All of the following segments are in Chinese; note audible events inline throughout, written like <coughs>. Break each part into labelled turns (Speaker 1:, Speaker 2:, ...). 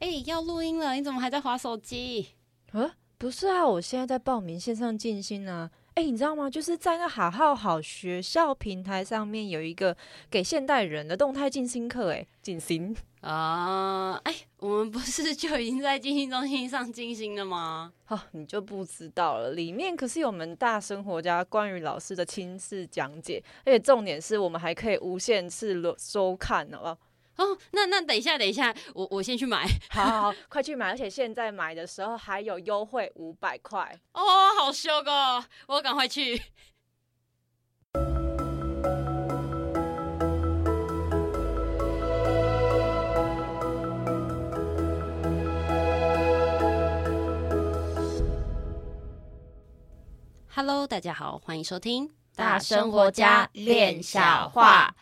Speaker 1: 哎、要录音了，你怎么还在划手机？
Speaker 2: 啊，不是啊，我现在在报名线上进心啊。哎，你知道吗？就是在那好好好学校平台上面有一个给现代人的动态静心课，哎，静心。
Speaker 1: 啊、哎，我们不是就已经在静心中心上静心了吗？
Speaker 2: 哦，你就不知道了，里面可是有我们大生活家关于老师的亲自讲解，而且重点是我们还可以无限次轮收看，好不好？
Speaker 1: 哦，那那等一下，等一下，我我先去买。
Speaker 2: 好好好，快去买！而且现在买的时候还有优惠五百块。
Speaker 1: 哦，好羞哦，我赶快去。Hello，大家好，欢迎收听《
Speaker 3: 大生活家练小话》，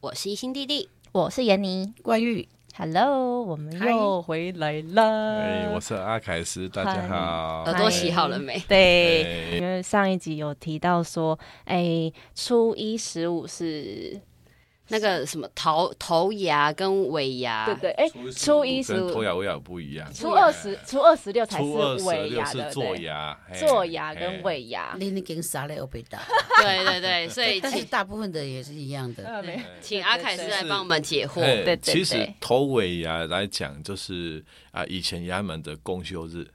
Speaker 1: 我是一心弟弟。
Speaker 3: 我是闫妮
Speaker 4: 冠玉，
Speaker 3: ，Hello，我们
Speaker 4: 嗨
Speaker 3: 又
Speaker 2: 回来啦！
Speaker 5: 哎，我是阿凯斯，大家好。
Speaker 2: 呃
Speaker 1: 耳朵洗好了没？
Speaker 2: 对，
Speaker 5: 哎
Speaker 2: 因为上一集有提到说，哎，初一十五是，
Speaker 1: 那个什么头头牙跟尾牙，
Speaker 2: 对对，哎，初一十
Speaker 5: 跟
Speaker 2: 五
Speaker 5: 头、牙尾牙不一样，
Speaker 2: 初二十、初二十六才
Speaker 5: 初二
Speaker 2: 是尾
Speaker 5: 十六
Speaker 2: 牙，对
Speaker 5: 是
Speaker 2: 不
Speaker 5: 做
Speaker 2: 对？
Speaker 5: 牙，嘿
Speaker 2: 做牙跟。
Speaker 5: 嘿
Speaker 2: 尾牙，
Speaker 4: 你已经啥嘞？我被 <laughs> 打，
Speaker 1: 对对对，所以
Speaker 4: 但是
Speaker 1: 请
Speaker 4: 大部分的也是一样的。
Speaker 2: 啊没有
Speaker 1: 请阿凯斯来帮我们解惑。 <laughs>
Speaker 2: 对
Speaker 5: 嘿
Speaker 2: 对对
Speaker 5: 其实头尾牙来讲，就是啊，以前衙门的公休日，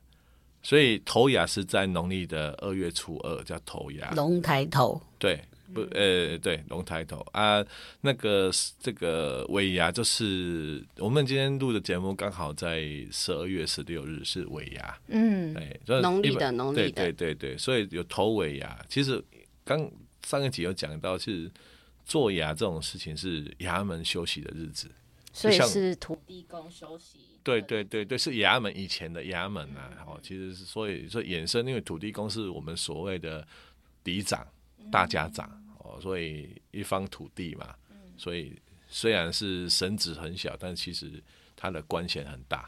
Speaker 5: 所以头牙是在农历的二月初二叫头牙。
Speaker 4: 龙抬头，
Speaker 5: 对，不，
Speaker 2: 嗯
Speaker 5: 呃，对，龙抬头啊，那个是这个尾牙就是我们今天录的节目，刚好在十二月十六日是尾牙，
Speaker 2: 嗯，
Speaker 5: 对，哎所以
Speaker 1: 农历
Speaker 5: 一般
Speaker 1: 的农历的
Speaker 5: 对对对对，所以有头尾牙。其实刚上一集有讲到是做牙这种事情是衙门休息的日子，
Speaker 2: 所以
Speaker 5: 就像
Speaker 2: 是土地公休息。
Speaker 5: 对对对对，是衙门以前的衙门啊，哦，其实是所以说衍生，因为土地公是我们所谓的嫡长、
Speaker 2: 嗯
Speaker 5: 大家长哦，所以一方土地嘛，
Speaker 2: 嗯
Speaker 5: 所以虽然是神职很小，但其实他的官衔很大，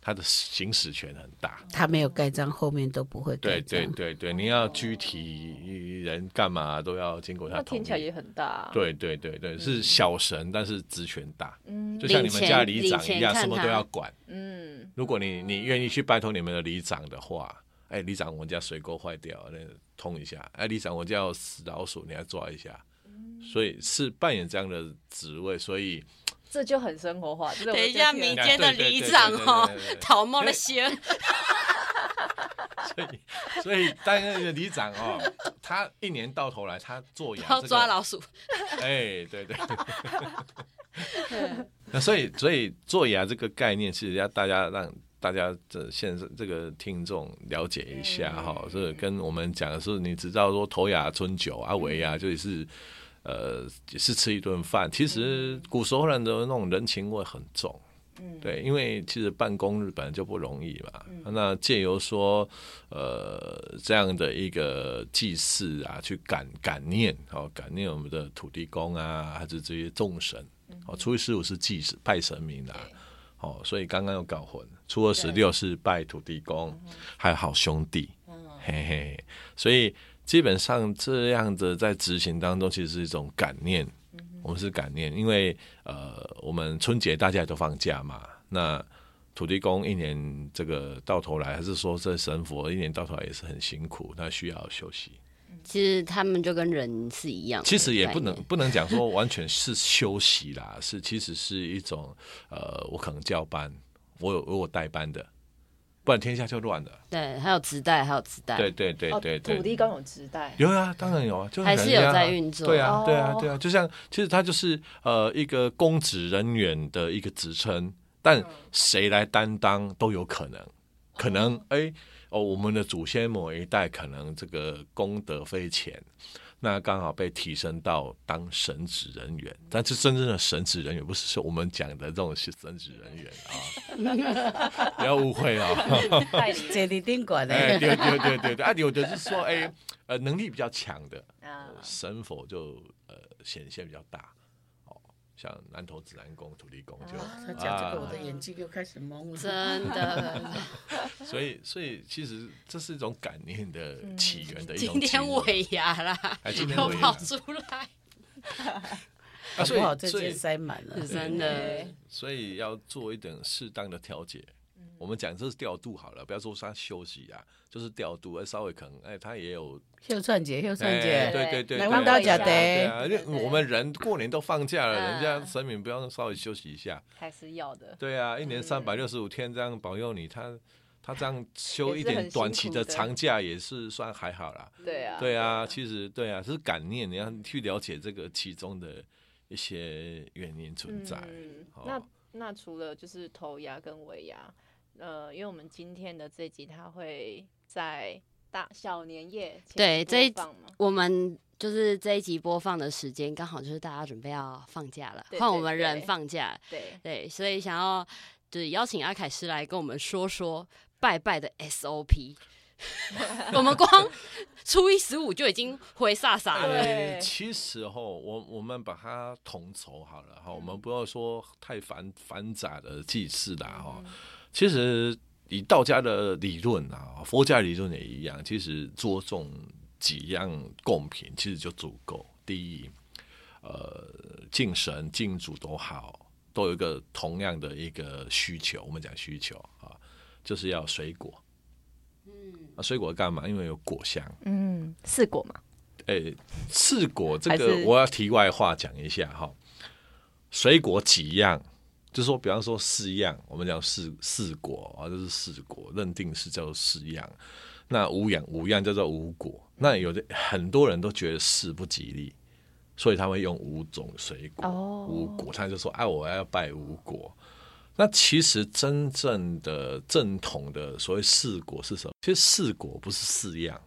Speaker 5: 他的行使权很大。
Speaker 4: 他没有盖章，后面都不会盖
Speaker 5: 对
Speaker 4: 章
Speaker 5: 对。对对，你要具体人干嘛都要经过他
Speaker 2: 那
Speaker 5: 同
Speaker 2: 听起来
Speaker 5: 意。
Speaker 2: 也很大、啊，
Speaker 5: 对对对对，是小神，但是职权大，
Speaker 2: 嗯
Speaker 5: 就像
Speaker 1: 嗯
Speaker 5: 你
Speaker 1: 领
Speaker 5: 们
Speaker 1: 钱
Speaker 5: 家里长
Speaker 1: 领钱
Speaker 5: 一样，
Speaker 1: 看
Speaker 5: 什么
Speaker 1: 他
Speaker 5: 都要管。
Speaker 2: 嗯，
Speaker 5: 如果你你愿意去拜托你们的里长的话，哎，里长，我们家水沟坏掉，那通一下；哎，里长，我家有死老鼠，你来抓一下。
Speaker 1: 嗯
Speaker 5: 所以是扮演这样的职位，所以哎
Speaker 2: 这就很生活 <laughs> 化。这个我
Speaker 1: 等一
Speaker 2: 就
Speaker 1: 下，
Speaker 2: 听了
Speaker 1: 民间的里长哦
Speaker 5: 对对对对对对，对
Speaker 1: 讨梦的仙，
Speaker 5: 所以所以担任的里长哦，他一年到头来他做牙、
Speaker 1: <laughs>
Speaker 5: 这
Speaker 1: 要
Speaker 5: 个
Speaker 1: 抓老鼠。
Speaker 5: 哎，对对。那所以，所以做牙这个概念，其实要大家让大家这现在这个听众了解一下哈，这、跟我们讲的是，你只知道说头牙、春酒、阿维牙，就是呃也是吃一顿饭。其实古时候人的那种人情味很重，嗯，对，因为其实办公日本来就不容易嘛，那借由说呃这样的一个祭祀啊，去感感念，哦，感念我们的土地公啊，还是这些众神。哦，初一十五是祭祀拜神明啊，哦，所以刚刚又搞混。初二十六是拜土地公，还有好兄弟，嘿嘿。所以基本上这样的在执行当中，其实是一种感念。我们是感念，因为呃，我们春节大家也都放假嘛，那。土地公一年这个到头来，还是说这神佛一年到头来也是很辛苦，他需要休息。
Speaker 1: 其实他们就跟人是一样的概念，
Speaker 5: 其实也不能不能讲说完全是休息啦，是其实是一种呃，我可能教班，我有我有代班的，不然天下就乱了。
Speaker 1: 对，还有直带，还有直带，
Speaker 5: 对对对
Speaker 2: 哦
Speaker 5: 对
Speaker 2: 土地
Speaker 5: 对，
Speaker 2: 公有直带，
Speaker 5: 有啊，当然有啊，就
Speaker 1: 还是有
Speaker 5: 人家
Speaker 1: 在运作
Speaker 5: 对啊，对啊
Speaker 2: 哦，
Speaker 5: 对啊，就像其实它就是呃一个公职人员的一个职称，但谁来担当都有可能，可能哎哦，我们的祖先某一代可能这个功德非浅，那刚好被提升到当神职人员，但是真正的神职人员不是说我们讲的这种是神职人员啊，不要误会啊。
Speaker 2: 代理
Speaker 4: <laughs> 这里宾馆的，
Speaker 5: 哎，对对对对对，啊，有的是说，哎，呃，能力比较强的
Speaker 2: 啊，
Speaker 5: 神佛就呃显现比较大，哦，像南投指南宫、土地公就，
Speaker 4: 他讲这个，我的眼睛又开始蒙了。
Speaker 1: 真
Speaker 5: <laughs>
Speaker 1: 的。
Speaker 5: 所以所以其实这是一种感念的嗯起源的一种
Speaker 1: 今
Speaker 5: 起源。
Speaker 1: 天尾牙啦
Speaker 5: 哎今，天
Speaker 1: 又
Speaker 5: 尾牙
Speaker 1: 跑出来。
Speaker 5: 啊
Speaker 4: 搞
Speaker 5: 所以
Speaker 4: 不好这
Speaker 5: 所以
Speaker 4: 间塞满了。
Speaker 1: 真的，
Speaker 5: 所以要做一点适当的调节。
Speaker 2: 嗯
Speaker 5: 我们讲这是调度好了，不要说他休息啊，就是调度，哎稍微可能哎，他也有
Speaker 4: 秀串姐，秀串
Speaker 5: 哎
Speaker 4: 姐，
Speaker 5: 对对对，
Speaker 4: 来
Speaker 5: 对
Speaker 4: 弯刀假
Speaker 5: 对
Speaker 4: 的，
Speaker 5: 啊，因为我们人过年都放假了，人
Speaker 3: 嗯
Speaker 5: 家神明不要稍微休息一下？
Speaker 3: 还是要的。
Speaker 5: 对啊，一年三百六十五天这样保佑你，他他这样休一
Speaker 2: 也是很
Speaker 5: 点
Speaker 2: 辛
Speaker 5: 短期
Speaker 2: 苦
Speaker 5: 的
Speaker 2: 的
Speaker 5: 长假也是算还好啦。
Speaker 2: 对啊，
Speaker 5: 对啊，其实对啊，是感念，你要去了解这个其中的一些原因存在。哦
Speaker 2: 嗯
Speaker 5: 好
Speaker 2: 那那除了就是头牙跟尾牙，呃，因为我们今天的这集它会在大小年夜前
Speaker 1: 对
Speaker 2: 播
Speaker 1: 这一
Speaker 2: 放嘛，
Speaker 1: 我们就是这一集播放的时间刚好就是大家准备要放假了，
Speaker 2: 对
Speaker 1: 换
Speaker 2: 对
Speaker 1: 我们人
Speaker 2: 对
Speaker 1: 放假，
Speaker 2: 对，
Speaker 1: 对，所以想要就是邀请阿凯师来跟我们说说拜拜的 SOP。我们光 <laughs> 初一十五就已经回飒飒了，
Speaker 5: 呃，
Speaker 2: 对
Speaker 5: 其实哈，我我们把它统筹好了哈，我们不要说太繁繁杂的祭祀啦哈。其实以道家的理论啊，佛家理论也一样，其实着重几样贡品其实就足够。第一，呃，敬神敬主都好，都有一个同样的一个需求，我们讲需求啊，就是要水果。嗯，啊，水果干嘛？因为有果香。
Speaker 2: 嗯，四果嘛，
Speaker 5: 诶，赤果这
Speaker 2: 还
Speaker 5: 个
Speaker 2: 是
Speaker 5: 我要题外话讲一下哈。水果几样，就说比方说四样，我们讲四四果啊，这是四果，认定是叫做四样。那五样五样叫做五果。那有的很多人都觉得四不吉利，所以他会用五种水果、
Speaker 2: 哦
Speaker 5: 五果，他就说啊，我要拜五果。那其实真正的正统的所谓四果是什么？其实四果不是四样，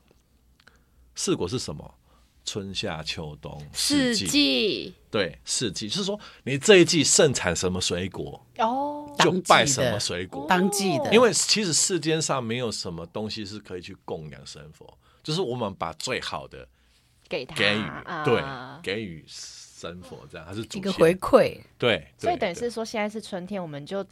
Speaker 5: 四果是什么？春夏秋冬
Speaker 1: 四
Speaker 5: 季，
Speaker 1: 季
Speaker 5: 对四季，就是说你这一季盛产什么水果，
Speaker 2: 哦，
Speaker 5: 就
Speaker 4: 当季
Speaker 5: 拜
Speaker 4: 的
Speaker 5: 什么水果。
Speaker 4: 当季的，
Speaker 5: 因为其实世间上没有什么东西是可以去供养神佛，就是我们把最好的
Speaker 2: 给他
Speaker 5: 给予，对
Speaker 2: 啊，
Speaker 5: 给予神佛，这样它是
Speaker 4: 一
Speaker 5: 祖
Speaker 4: 个
Speaker 5: 先
Speaker 4: 回馈，
Speaker 5: 对，
Speaker 2: 所以
Speaker 5: 对
Speaker 2: 等于
Speaker 5: 对
Speaker 2: 是说现在是春天，我们就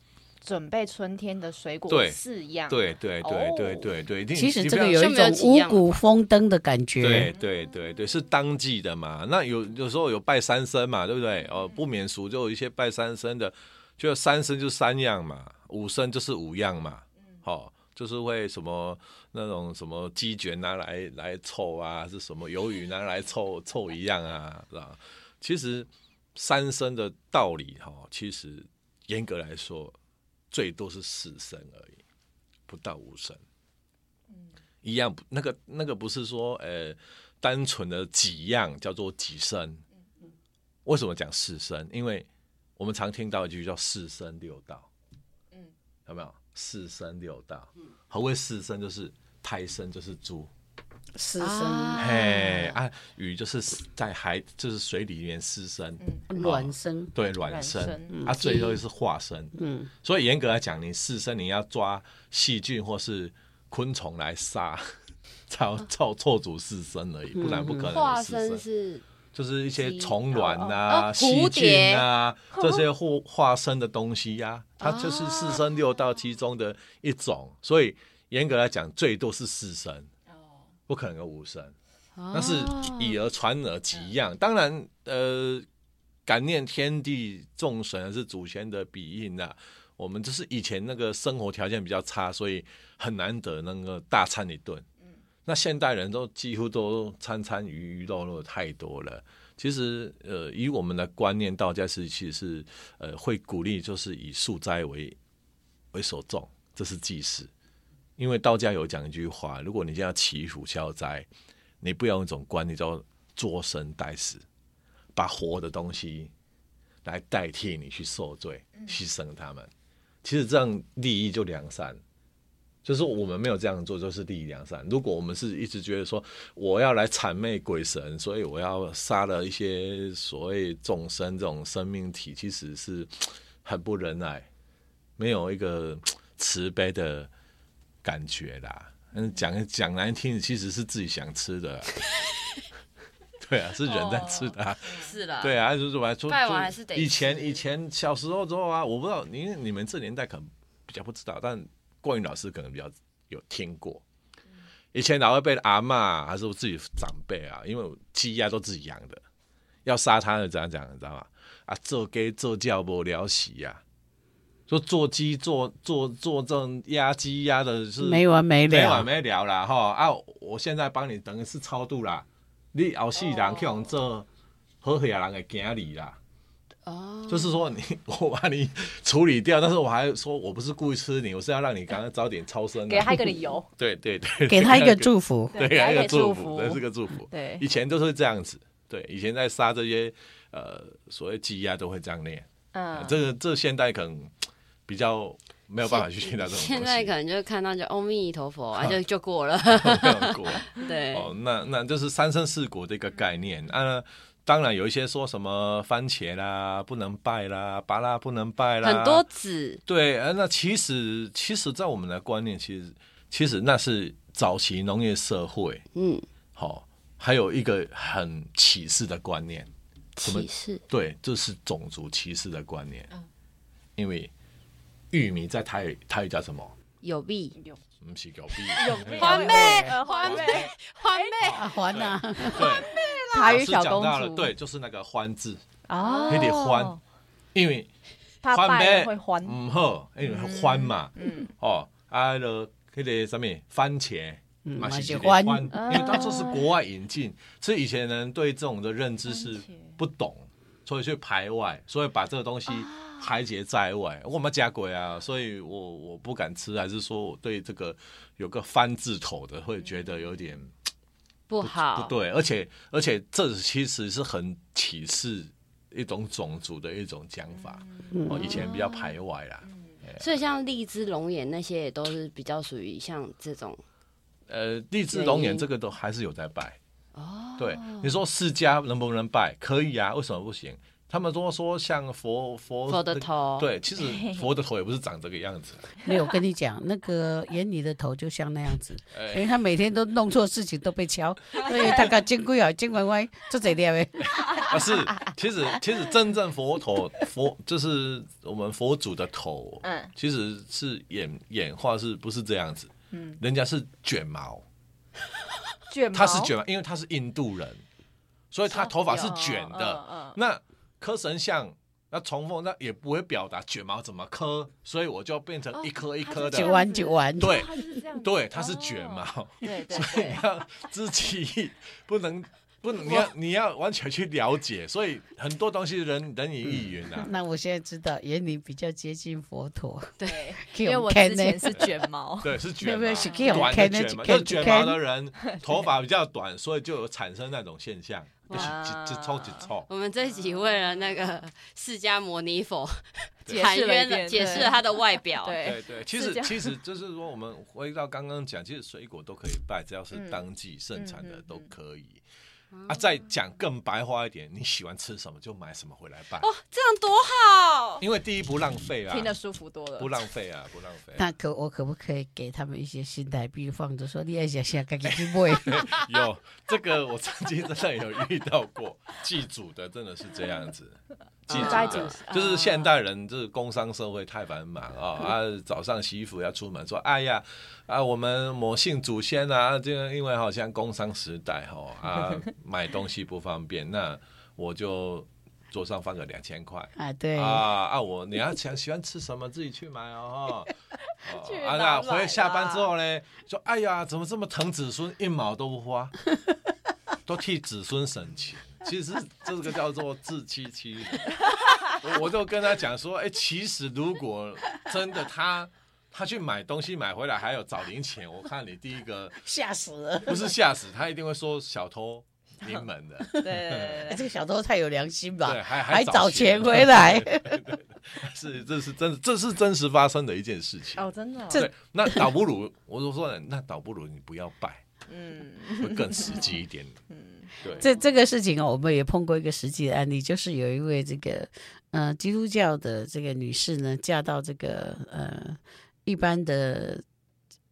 Speaker 2: 准备春天的水果
Speaker 5: 对
Speaker 2: 四样，
Speaker 5: 对对对对
Speaker 2: 哦
Speaker 5: 对对，一定
Speaker 4: 其实
Speaker 5: 你
Speaker 4: 这
Speaker 5: 不
Speaker 4: 个
Speaker 5: 要
Speaker 4: 有一种五谷丰登的感
Speaker 5: 对
Speaker 4: 觉，
Speaker 5: 对对对，是当季的嘛。那有有时候有拜三牲嘛，对不对？哦，不免俗，就有一些拜三牲的，就三牲就三样嘛，五牲就是五样嘛。
Speaker 2: 嗯
Speaker 5: 好、就是会什么那种什么鸡卷拿来来凑啊，是什么鱿鱼拿来凑凑一样啊，是吧？其实三牲的道理哈、其实严格来说，最多是四牲而已，不到五牲。一样不那个那个不是说呃单纯的几样叫做几声，为什么讲四声？因为我们常听到一句叫四声六道，
Speaker 2: 嗯
Speaker 5: 有没有？四声六道，何谓四声？就是胎生就是猪，
Speaker 4: 师生
Speaker 5: 嘿啊，鱼就是在海就是水里面湿生，
Speaker 4: 卵生，
Speaker 5: 对卵
Speaker 2: 卵
Speaker 5: 生
Speaker 2: 生
Speaker 5: 啊，最后是化生。
Speaker 4: 嗯，
Speaker 5: 所以严格来讲，你四生你要抓细菌或是昆虫来杀， <laughs> 操操错组四生而已，不然不可能有
Speaker 1: 化
Speaker 5: 呃四
Speaker 1: 身
Speaker 5: 生。
Speaker 1: 是
Speaker 5: 就是一些虫卵
Speaker 1: 哦
Speaker 5: 啊、
Speaker 1: 哦
Speaker 5: 细
Speaker 1: 蝴
Speaker 5: 菌
Speaker 1: 蝶 <laughs> 哦
Speaker 5: 啊这些化化身的东西呀、它就是四生六道其中的一种。所以严格来讲，最多是四生，
Speaker 1: 哦
Speaker 5: 不可能有五生。那是以讹传讹几样。当然，呃，感念天地众神是祖先的庇应呐、我们就是以前那个生活条件比较差，所以很难得能够大餐一顿。
Speaker 1: 嗯
Speaker 5: 那现代人都几乎都餐餐鱼鱼肉肉太多了。其实，呃，以我们的观念，道家是其实是呃会鼓励就是以素斋为为首重，这是祭祀。因为道家有讲一句话，如果你现在要祈福消灾，你不要用一种观念叫作生代死，把活的东西来代替你去受罪、牺牲他们。其实这样利益就良善，就是我们没有这样做，就是利益良善。如果我们是一直觉得说我要来谄媚鬼神，所以我要杀了一些所谓众生这种生命体，其实是很不仁爱，没有一个慈悲的感觉啦。嗯，讲讲难听，其实是自己想吃的啊、 <laughs> 对啊，是人在吃的啊、
Speaker 1: 是啦，
Speaker 5: 对啊，就是来说，
Speaker 1: 拜完
Speaker 5: 就
Speaker 1: 还是得
Speaker 5: 以前
Speaker 1: 吃
Speaker 5: 以前小时候之后啊，我不知道，因为你们这年代可能比较不知道，但郭云老师可能比较有听过。
Speaker 1: 嗯
Speaker 5: 以前老会被阿嬷还是我自己长辈啊，因为我鸡鸭都自己养的，要杀它的怎样讲，你知道吗？啊，做鸡做叫无聊死呀、说做鸡做做做这种压鸡压的是
Speaker 4: 没完没
Speaker 5: 没完
Speaker 4: 了，
Speaker 5: 没了啦哈啊！我现在帮你等于是超度啦，你后世人去用做好黑人的经理啦。
Speaker 1: 哦，
Speaker 5: 就是说你 <laughs> 我把你处理掉，但是我还说我不是故意吃你，我是要让你刚刚早点超生、啊。
Speaker 2: 给他一个理由，
Speaker 5: <laughs> 对对 <laughs> 对，
Speaker 4: 给他一个祝福。
Speaker 5: 对，
Speaker 2: 给
Speaker 5: 给
Speaker 2: 他
Speaker 5: 他
Speaker 2: 一
Speaker 5: 一
Speaker 2: 个
Speaker 5: 个
Speaker 2: 祝
Speaker 5: 祝
Speaker 2: 福
Speaker 5: 福，这是个祝福。
Speaker 2: 对
Speaker 5: 以前都是这样子，对，以前在杀这些呃所谓鸡鸭都会这样练，
Speaker 2: 嗯，
Speaker 5: 这个这现代可能比较没有办法去训练这种东西，
Speaker 1: 现在可能就看到就阿弥陀佛，啊，
Speaker 5: 哈 <laughs>
Speaker 1: 就就过了。
Speaker 5: 没有过。
Speaker 1: 对，嗯
Speaker 5: 哦，那那就是三生四果这个概念啊。当然有一些说什么番茄啦不能拜啦，芭拉不能拜啦，
Speaker 1: 很多子
Speaker 5: 对，呃，那其实其实，在我们的观念，其实其实那是早期农业社会，
Speaker 1: 嗯
Speaker 5: 好、还有一个很歧视的观念，么
Speaker 1: 歧视嗯
Speaker 5: 对，就是种族歧视的观念。因为玉米在台语台语叫什么？
Speaker 1: 有弊，
Speaker 5: 不是
Speaker 1: <laughs>
Speaker 5: 狗屁，
Speaker 1: 花妹
Speaker 2: 呃
Speaker 1: 花妹
Speaker 2: 妹，
Speaker 1: 花妹
Speaker 4: 啊，还呐、
Speaker 5: 对，
Speaker 2: 台语
Speaker 5: 老师
Speaker 2: 小
Speaker 5: 讲到
Speaker 2: 公
Speaker 5: 了
Speaker 2: 主，
Speaker 5: 对，就是那个欢字，
Speaker 2: 哦，
Speaker 5: 那得欢，因为
Speaker 2: 怕
Speaker 5: 欢
Speaker 2: 拜了
Speaker 5: 呗
Speaker 2: 会嗯欢，
Speaker 5: 唔好，因为欢嘛，哦，啊，就迄个什么番茄，
Speaker 4: 嗯
Speaker 5: 嘛
Speaker 4: 嘛
Speaker 5: 是
Speaker 4: 是
Speaker 5: 一个
Speaker 4: 番
Speaker 5: 番，
Speaker 2: 嗯
Speaker 5: 因为当初是国外引进，所以以前人对这种的认知是不懂，所以去排外，所以把这个东西
Speaker 2: 啊
Speaker 5: 排解在外。我们加鬼啊，所以我我不敢吃，还是说我对这个有个番字头的会觉得有点
Speaker 1: 不好，
Speaker 5: 不对，而且而且这其实是很歧视一种种族的一种讲法，
Speaker 1: 嗯
Speaker 5: 哦，以前比较排外啦。
Speaker 1: 所以像荔枝、龙眼那些也都是比较属于像这种
Speaker 5: 呃，荔枝龙眼这个都还是有在拜。
Speaker 1: 哦，
Speaker 5: 对，你说释迦能不能拜？可以啊，为什么不行？他们都说像佛佛
Speaker 1: 佛的头
Speaker 5: 哦对，
Speaker 1: <laughs>
Speaker 5: 其实佛的头也不是长这个样子。 <laughs>
Speaker 4: 没有我跟你讲，那个眼里的头就像那样子，
Speaker 5: 哎，
Speaker 4: 因为他每天都弄错事情都被敲，所以大家金龟啊、金歪歪，这贼
Speaker 5: <laughs>
Speaker 4: 厉害。
Speaker 5: 啊是，其实其实真正佛头佛就是我们佛祖的头，
Speaker 2: 嗯，
Speaker 5: 其实是演演化是不是这样子？嗯，人家是卷毛，
Speaker 2: 卷毛，
Speaker 5: 他是卷毛，因为他是印度人，所以他头发是卷
Speaker 2: 哦
Speaker 5: 的。
Speaker 2: 的，
Speaker 5: 那磕神像，那重凤那也不会表达卷毛怎么磕，所以我就变成一颗一颗的。
Speaker 4: 九弯九弯，
Speaker 5: 啊对
Speaker 2: 哦他是这样子，哦
Speaker 5: 对，它是卷毛，
Speaker 2: 对对
Speaker 5: 所以
Speaker 2: 对
Speaker 5: 你，要自己不能不能，你要你要完全去了解，所以很多东西人人云亦云啊。
Speaker 4: 那我现在知道眼里比较接近佛陀，
Speaker 2: 对，
Speaker 4: 因 <laughs>
Speaker 2: 因为我之
Speaker 5: <laughs>
Speaker 2: 前是卷毛，
Speaker 5: 对，是
Speaker 4: 对
Speaker 5: 卷毛
Speaker 4: 不对是这，种
Speaker 5: 短
Speaker 4: 看
Speaker 5: 的
Speaker 4: 得
Speaker 5: 卷
Speaker 4: 起
Speaker 5: 毛，
Speaker 4: 看
Speaker 5: 就是卷毛的人头发比较短，所以就有产生那种现象，就是
Speaker 2: 哇
Speaker 5: 一一抽一抽。
Speaker 1: 我们这一集为了那个释迦牟尼佛
Speaker 2: 解
Speaker 1: 喊
Speaker 2: 释了一
Speaker 1: 冤
Speaker 2: 遍
Speaker 1: 了，解释
Speaker 2: 对
Speaker 1: 了他的外 <laughs> 表。
Speaker 2: 对
Speaker 5: 对对，其
Speaker 2: 这
Speaker 5: 实
Speaker 2: 样 <laughs>
Speaker 5: 其实就是说，我们回到刚刚讲，其实水果都可以拜，只要是当季盛产的都可以。
Speaker 2: 哦
Speaker 5: 啊，再讲更白话一点，你喜欢吃什么就买什么回来拜，
Speaker 1: 哦，这样多好！
Speaker 5: 因为第一不浪费啊，
Speaker 2: 听得舒服多了
Speaker 5: 不，浪费啊，不浪费。
Speaker 4: 那可我可不可以给他们一些新台币放着说，你爱想想赶紧去
Speaker 5: <laughs>
Speaker 4: 买，
Speaker 5: 有这个，我曾经真的有遇到过，祭祖的真的是这样子。祭祖
Speaker 2: 斋
Speaker 5: 的
Speaker 2: 主，
Speaker 5: 就是现代人，就是工商社会太繁忙啊、啊！早上洗衣服要出门，说哎呀啊，我们某姓祖先啊，这个因为好像工商时代哈啊，买东西不方便，那我就桌上放个两千块。
Speaker 4: 啊？对，
Speaker 5: 啊啊！我你要想喜欢吃什么，自己去买哦。哈
Speaker 2: 去
Speaker 5: 哦啊，
Speaker 2: 哪
Speaker 5: 那
Speaker 2: 买
Speaker 5: 回下班
Speaker 2: 啦
Speaker 5: 之后呢，说哎呀，怎么这么疼子孙，一毛都不花，都替子孙省钱。其实这个叫做自欺欺人。我我就跟他讲说，哎、其实如果真的他他去买东西买回来还有找零钱，我看你第一个 <laughs>
Speaker 4: 吓死了！
Speaker 5: 不是吓死他，一定会说小偷临门的。
Speaker 2: 对对对
Speaker 4: 哎
Speaker 2: 对
Speaker 4: 这个小偷太有良心吧？
Speaker 5: 对，还
Speaker 4: 还找
Speaker 5: 找
Speaker 4: 钱回来
Speaker 5: 对对对是这是真这是真实发生的一件事情。
Speaker 2: 对，哦，真的哦，
Speaker 5: 对，那倒不如我就说，那倒不如你不要拜，
Speaker 2: 嗯，
Speaker 5: 会更实际一点。 <laughs>
Speaker 2: <laughs>
Speaker 5: 对，
Speaker 4: 这这个事情哦，我们也碰过一个实际的案例，就是有一位这个呃基督教的这个女士呢，嫁到这个呃一般的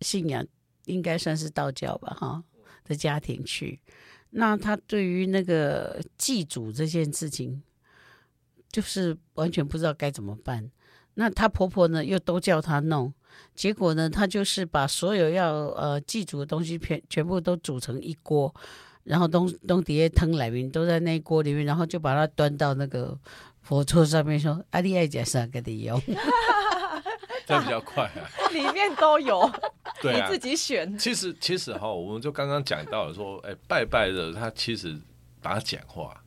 Speaker 4: 信仰应该算是道教吧哈的家庭去，那她对于那个祭祖这件事情，就是完全不知道该怎么办。那她婆婆呢，又都叫她弄。结果呢，她就是把所有要呃祭祖的东西全全部都煮成一锅，然后东东底下汤来面都在那一锅里面，然后就把它端到那个佛火车上面说：“阿丽爱讲啥给
Speaker 5: <laughs>
Speaker 4: 你用
Speaker 5: 这样比较快
Speaker 2: <laughs>
Speaker 5: 啊。
Speaker 2: 里面都有，
Speaker 5: 对
Speaker 2: 你
Speaker 5: 啊
Speaker 2: 自，己选。
Speaker 5: 其实其实哈，我们就刚刚讲到了说，哎，拜拜的他其实把它简化。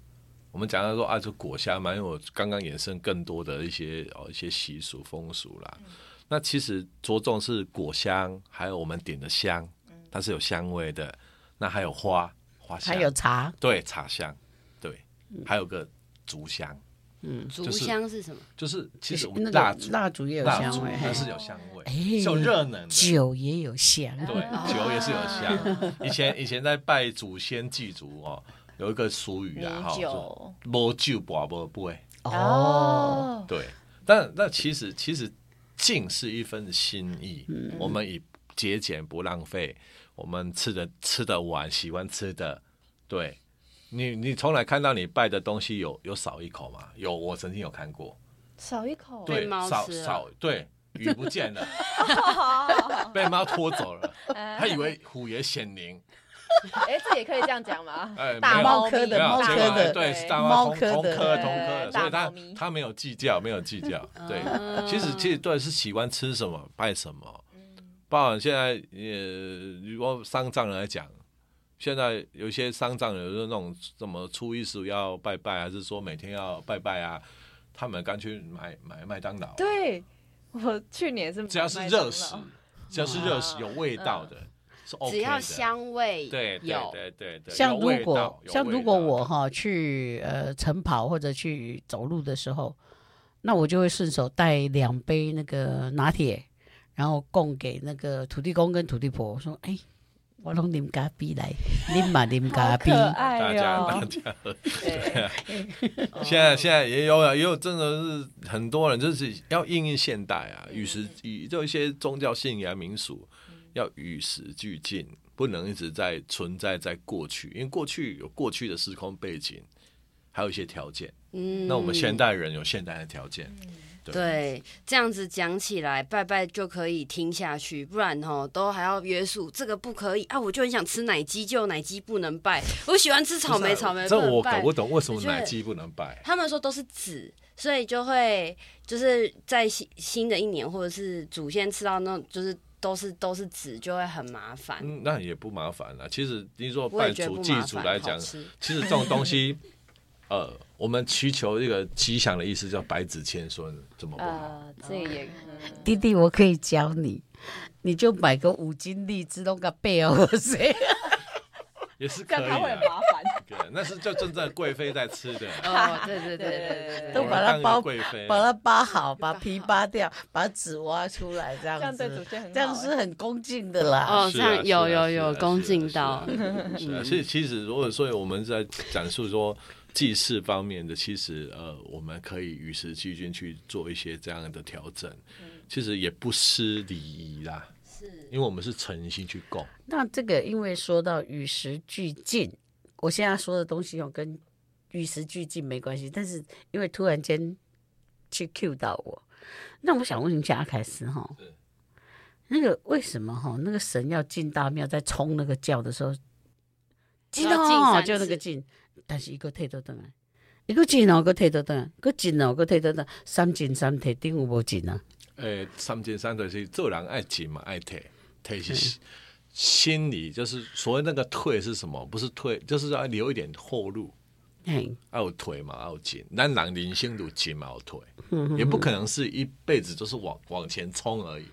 Speaker 5: 我们讲到说啊，就裹虾嘛，因为我刚刚衍生更多的一些哦一些习俗风俗啦。
Speaker 2: 嗯
Speaker 5: 那其实着重是果香，还有我们点的香，它是有香味的。那还有花花？”香，
Speaker 4: 还有茶，
Speaker 5: 对茶香，对，还有个竹香，
Speaker 1: 竹
Speaker 5: 就是
Speaker 1: 香是什么？
Speaker 5: 就是其实我
Speaker 4: 那
Speaker 5: 们蜡
Speaker 4: 个
Speaker 5: 烛
Speaker 4: 蜡烛也有
Speaker 5: 蜡
Speaker 4: 香
Speaker 5: 烛
Speaker 4: 味，
Speaker 5: 它
Speaker 4: 嘿
Speaker 5: 是有香味，
Speaker 4: 哎
Speaker 5: 是有热能的。
Speaker 4: 酒哦也有香，
Speaker 5: 对，酒也是有香。以前以前在拜祖先祭祖哦，有一个俗语啊，哈，说摸酒把不杯。
Speaker 4: 哦，
Speaker 5: 对，但那其实其实敬是一份心意，我们以节俭不浪费，我们吃的吃得完，喜欢吃的，对。你你从来看到你拜的东西有有少一口吗？有，我曾经有看过，
Speaker 2: 少一口，
Speaker 1: 被
Speaker 5: 对，
Speaker 1: 猫
Speaker 5: 少
Speaker 1: 吃了
Speaker 5: 少对鱼不见了，被猫拖走了，他以为虎爷显灵，
Speaker 2: 哎，这也可以这样讲吗？
Speaker 5: 哎，
Speaker 2: 大
Speaker 5: 没有
Speaker 2: 猫
Speaker 3: 猫科
Speaker 5: 没
Speaker 3: 的，
Speaker 5: 有
Speaker 3: 猫
Speaker 5: 结
Speaker 3: 科
Speaker 5: 果
Speaker 2: 的
Speaker 5: 对，
Speaker 2: 对
Speaker 5: 是大
Speaker 3: 猫
Speaker 5: 猫同
Speaker 3: 科
Speaker 5: 同
Speaker 3: 的
Speaker 5: 科
Speaker 2: 对
Speaker 5: 同科的，
Speaker 2: 大
Speaker 5: 所
Speaker 2: 猫
Speaker 5: 以他
Speaker 2: 咪
Speaker 5: 他没有计较，没有计较，对
Speaker 1: 嗯，
Speaker 5: 其实其实对是喜欢吃什么拜什么，包含现在呃，如果丧葬人来讲，现在有一些丧葬人就是那种什么初一十五要拜拜，还是说每天要拜拜啊，他们干脆买买麦当劳，，
Speaker 2: 对，我去年是
Speaker 5: 只要是
Speaker 2: 买麦当
Speaker 5: 热
Speaker 2: 劳
Speaker 5: 食，只要是热食有味道的是 OK
Speaker 1: 嗯
Speaker 5: 的，
Speaker 1: 只要香味
Speaker 5: 对对
Speaker 1: 有，
Speaker 5: 对对对，
Speaker 4: 像
Speaker 5: 有
Speaker 4: 如
Speaker 5: 味道
Speaker 4: 果
Speaker 5: 有
Speaker 4: 像
Speaker 5: 味
Speaker 4: 如果
Speaker 5: 道
Speaker 4: 我哈去呃晨跑或者去走路的时候，那我就会顺手带两杯那个拿铁，然后供给那个土地公跟土地婆，说：“哎，我拢啉咖啡
Speaker 5: <laughs>
Speaker 4: 来，啉嘛啉咖
Speaker 2: 好
Speaker 4: 啡
Speaker 2: 可。
Speaker 5: 大
Speaker 2: 爱
Speaker 5: 家
Speaker 1: 哎
Speaker 2: 哦
Speaker 5: 大。家
Speaker 2: 对，
Speaker 5: 现在现在也有啊，也有真的是很多人就是要应应现代啊，
Speaker 1: 嗯
Speaker 5: 与时与就一些宗教信仰民俗要与时俱进，不能一直在存在在过去，因为过去有过去的时空背景，还有一些条件。
Speaker 1: 嗯
Speaker 5: 那我们现代人有现代的条件，
Speaker 1: 对，这样子讲起来，拜拜就可以听下去，不然哦，都还要约束，这个不可以啊！我就很想吃奶鸡，就奶鸡不能拜，我喜欢吃草莓，草莓
Speaker 5: 啊这
Speaker 1: 不啊能
Speaker 5: 我
Speaker 1: 拜
Speaker 5: 搞。不懂为什么
Speaker 1: 我觉得
Speaker 5: 奶鸡不能拜。
Speaker 1: 他们说都是籽，所以就会就是在新新的一年或者是祖先吃到那种就是都是都是籽，就会很麻烦。
Speaker 5: 嗯，那也不麻烦啦。其实你说
Speaker 1: 我
Speaker 5: 拜
Speaker 1: 也觉得
Speaker 5: 祖
Speaker 1: 不
Speaker 5: 祭
Speaker 1: 麻
Speaker 5: 祖
Speaker 1: 烦
Speaker 5: 来
Speaker 1: 好
Speaker 5: 讲，
Speaker 1: 吃
Speaker 5: 其实这种东西， <laughs> 呃，我们祈求一个吉祥的意思叫百子千孙，怎么不啊好？
Speaker 2: 呃，这也
Speaker 5: 哦啊
Speaker 4: 弟弟，我可以教你，你就买个五斤荔枝，弄个哦贝尔喝水。
Speaker 5: 也是可
Speaker 2: 这
Speaker 5: 以
Speaker 2: 样他会很
Speaker 5: 的。
Speaker 2: 麻烦。
Speaker 5: 对，那是就真正贵妃在吃
Speaker 4: <laughs>
Speaker 5: 的，
Speaker 1: 哦，对对对
Speaker 2: 对
Speaker 1: 对对
Speaker 2: 对
Speaker 1: 对，
Speaker 4: 都
Speaker 5: 我
Speaker 4: 把
Speaker 5: 们
Speaker 4: 它
Speaker 5: 当
Speaker 4: 包
Speaker 5: 个贵妃，
Speaker 4: 把它扒好，把皮扒掉，把籽挖出来，这样
Speaker 2: 这样对
Speaker 4: 子
Speaker 2: 祖先很好
Speaker 4: 这样是很恭敬的啦。
Speaker 1: 哦
Speaker 5: 是
Speaker 1: 这
Speaker 5: 啊
Speaker 1: 样有有有恭敬。
Speaker 5: 是
Speaker 1: 到
Speaker 5: 啊
Speaker 1: 嗯
Speaker 5: 是啊是啊是啊是啊，所以其实如果所以我们在讲述说祭祀方面的，其实呃，我们可以与时俱进去做一些这样的调整，
Speaker 4: 嗯
Speaker 5: 其实也不失礼仪啦。是，因为我们是诚心去供，
Speaker 4: 那这个因为说到与时俱进，我现在说的东西哦跟与时俱进没关系，但是因为突然间去 cue 到我，那我想问一下阿凯斯哈
Speaker 5: 是，
Speaker 4: 那个为什么哈那个神要进大庙在冲那个轿的时候，进
Speaker 1: 要进
Speaker 4: 哦
Speaker 1: 三
Speaker 4: 就那
Speaker 1: 次
Speaker 4: 个进，但是一个退倒转来。一个进哦，一个退倒转来，一个进哦，一个退倒转来，三进三退，顶有无进啊？
Speaker 1: 嗯
Speaker 5: 诶，哎三进三退是做人爱进嘛，爱退，退
Speaker 1: 嗯
Speaker 5: 是心理，就是所谓那个退是什么？不是退，就是要留一点后路。
Speaker 4: 嘿，
Speaker 5: 还有腿嘛，还有筋，咱人人生都筋嘛有腿，也不可能是一辈子都是往往前冲而已。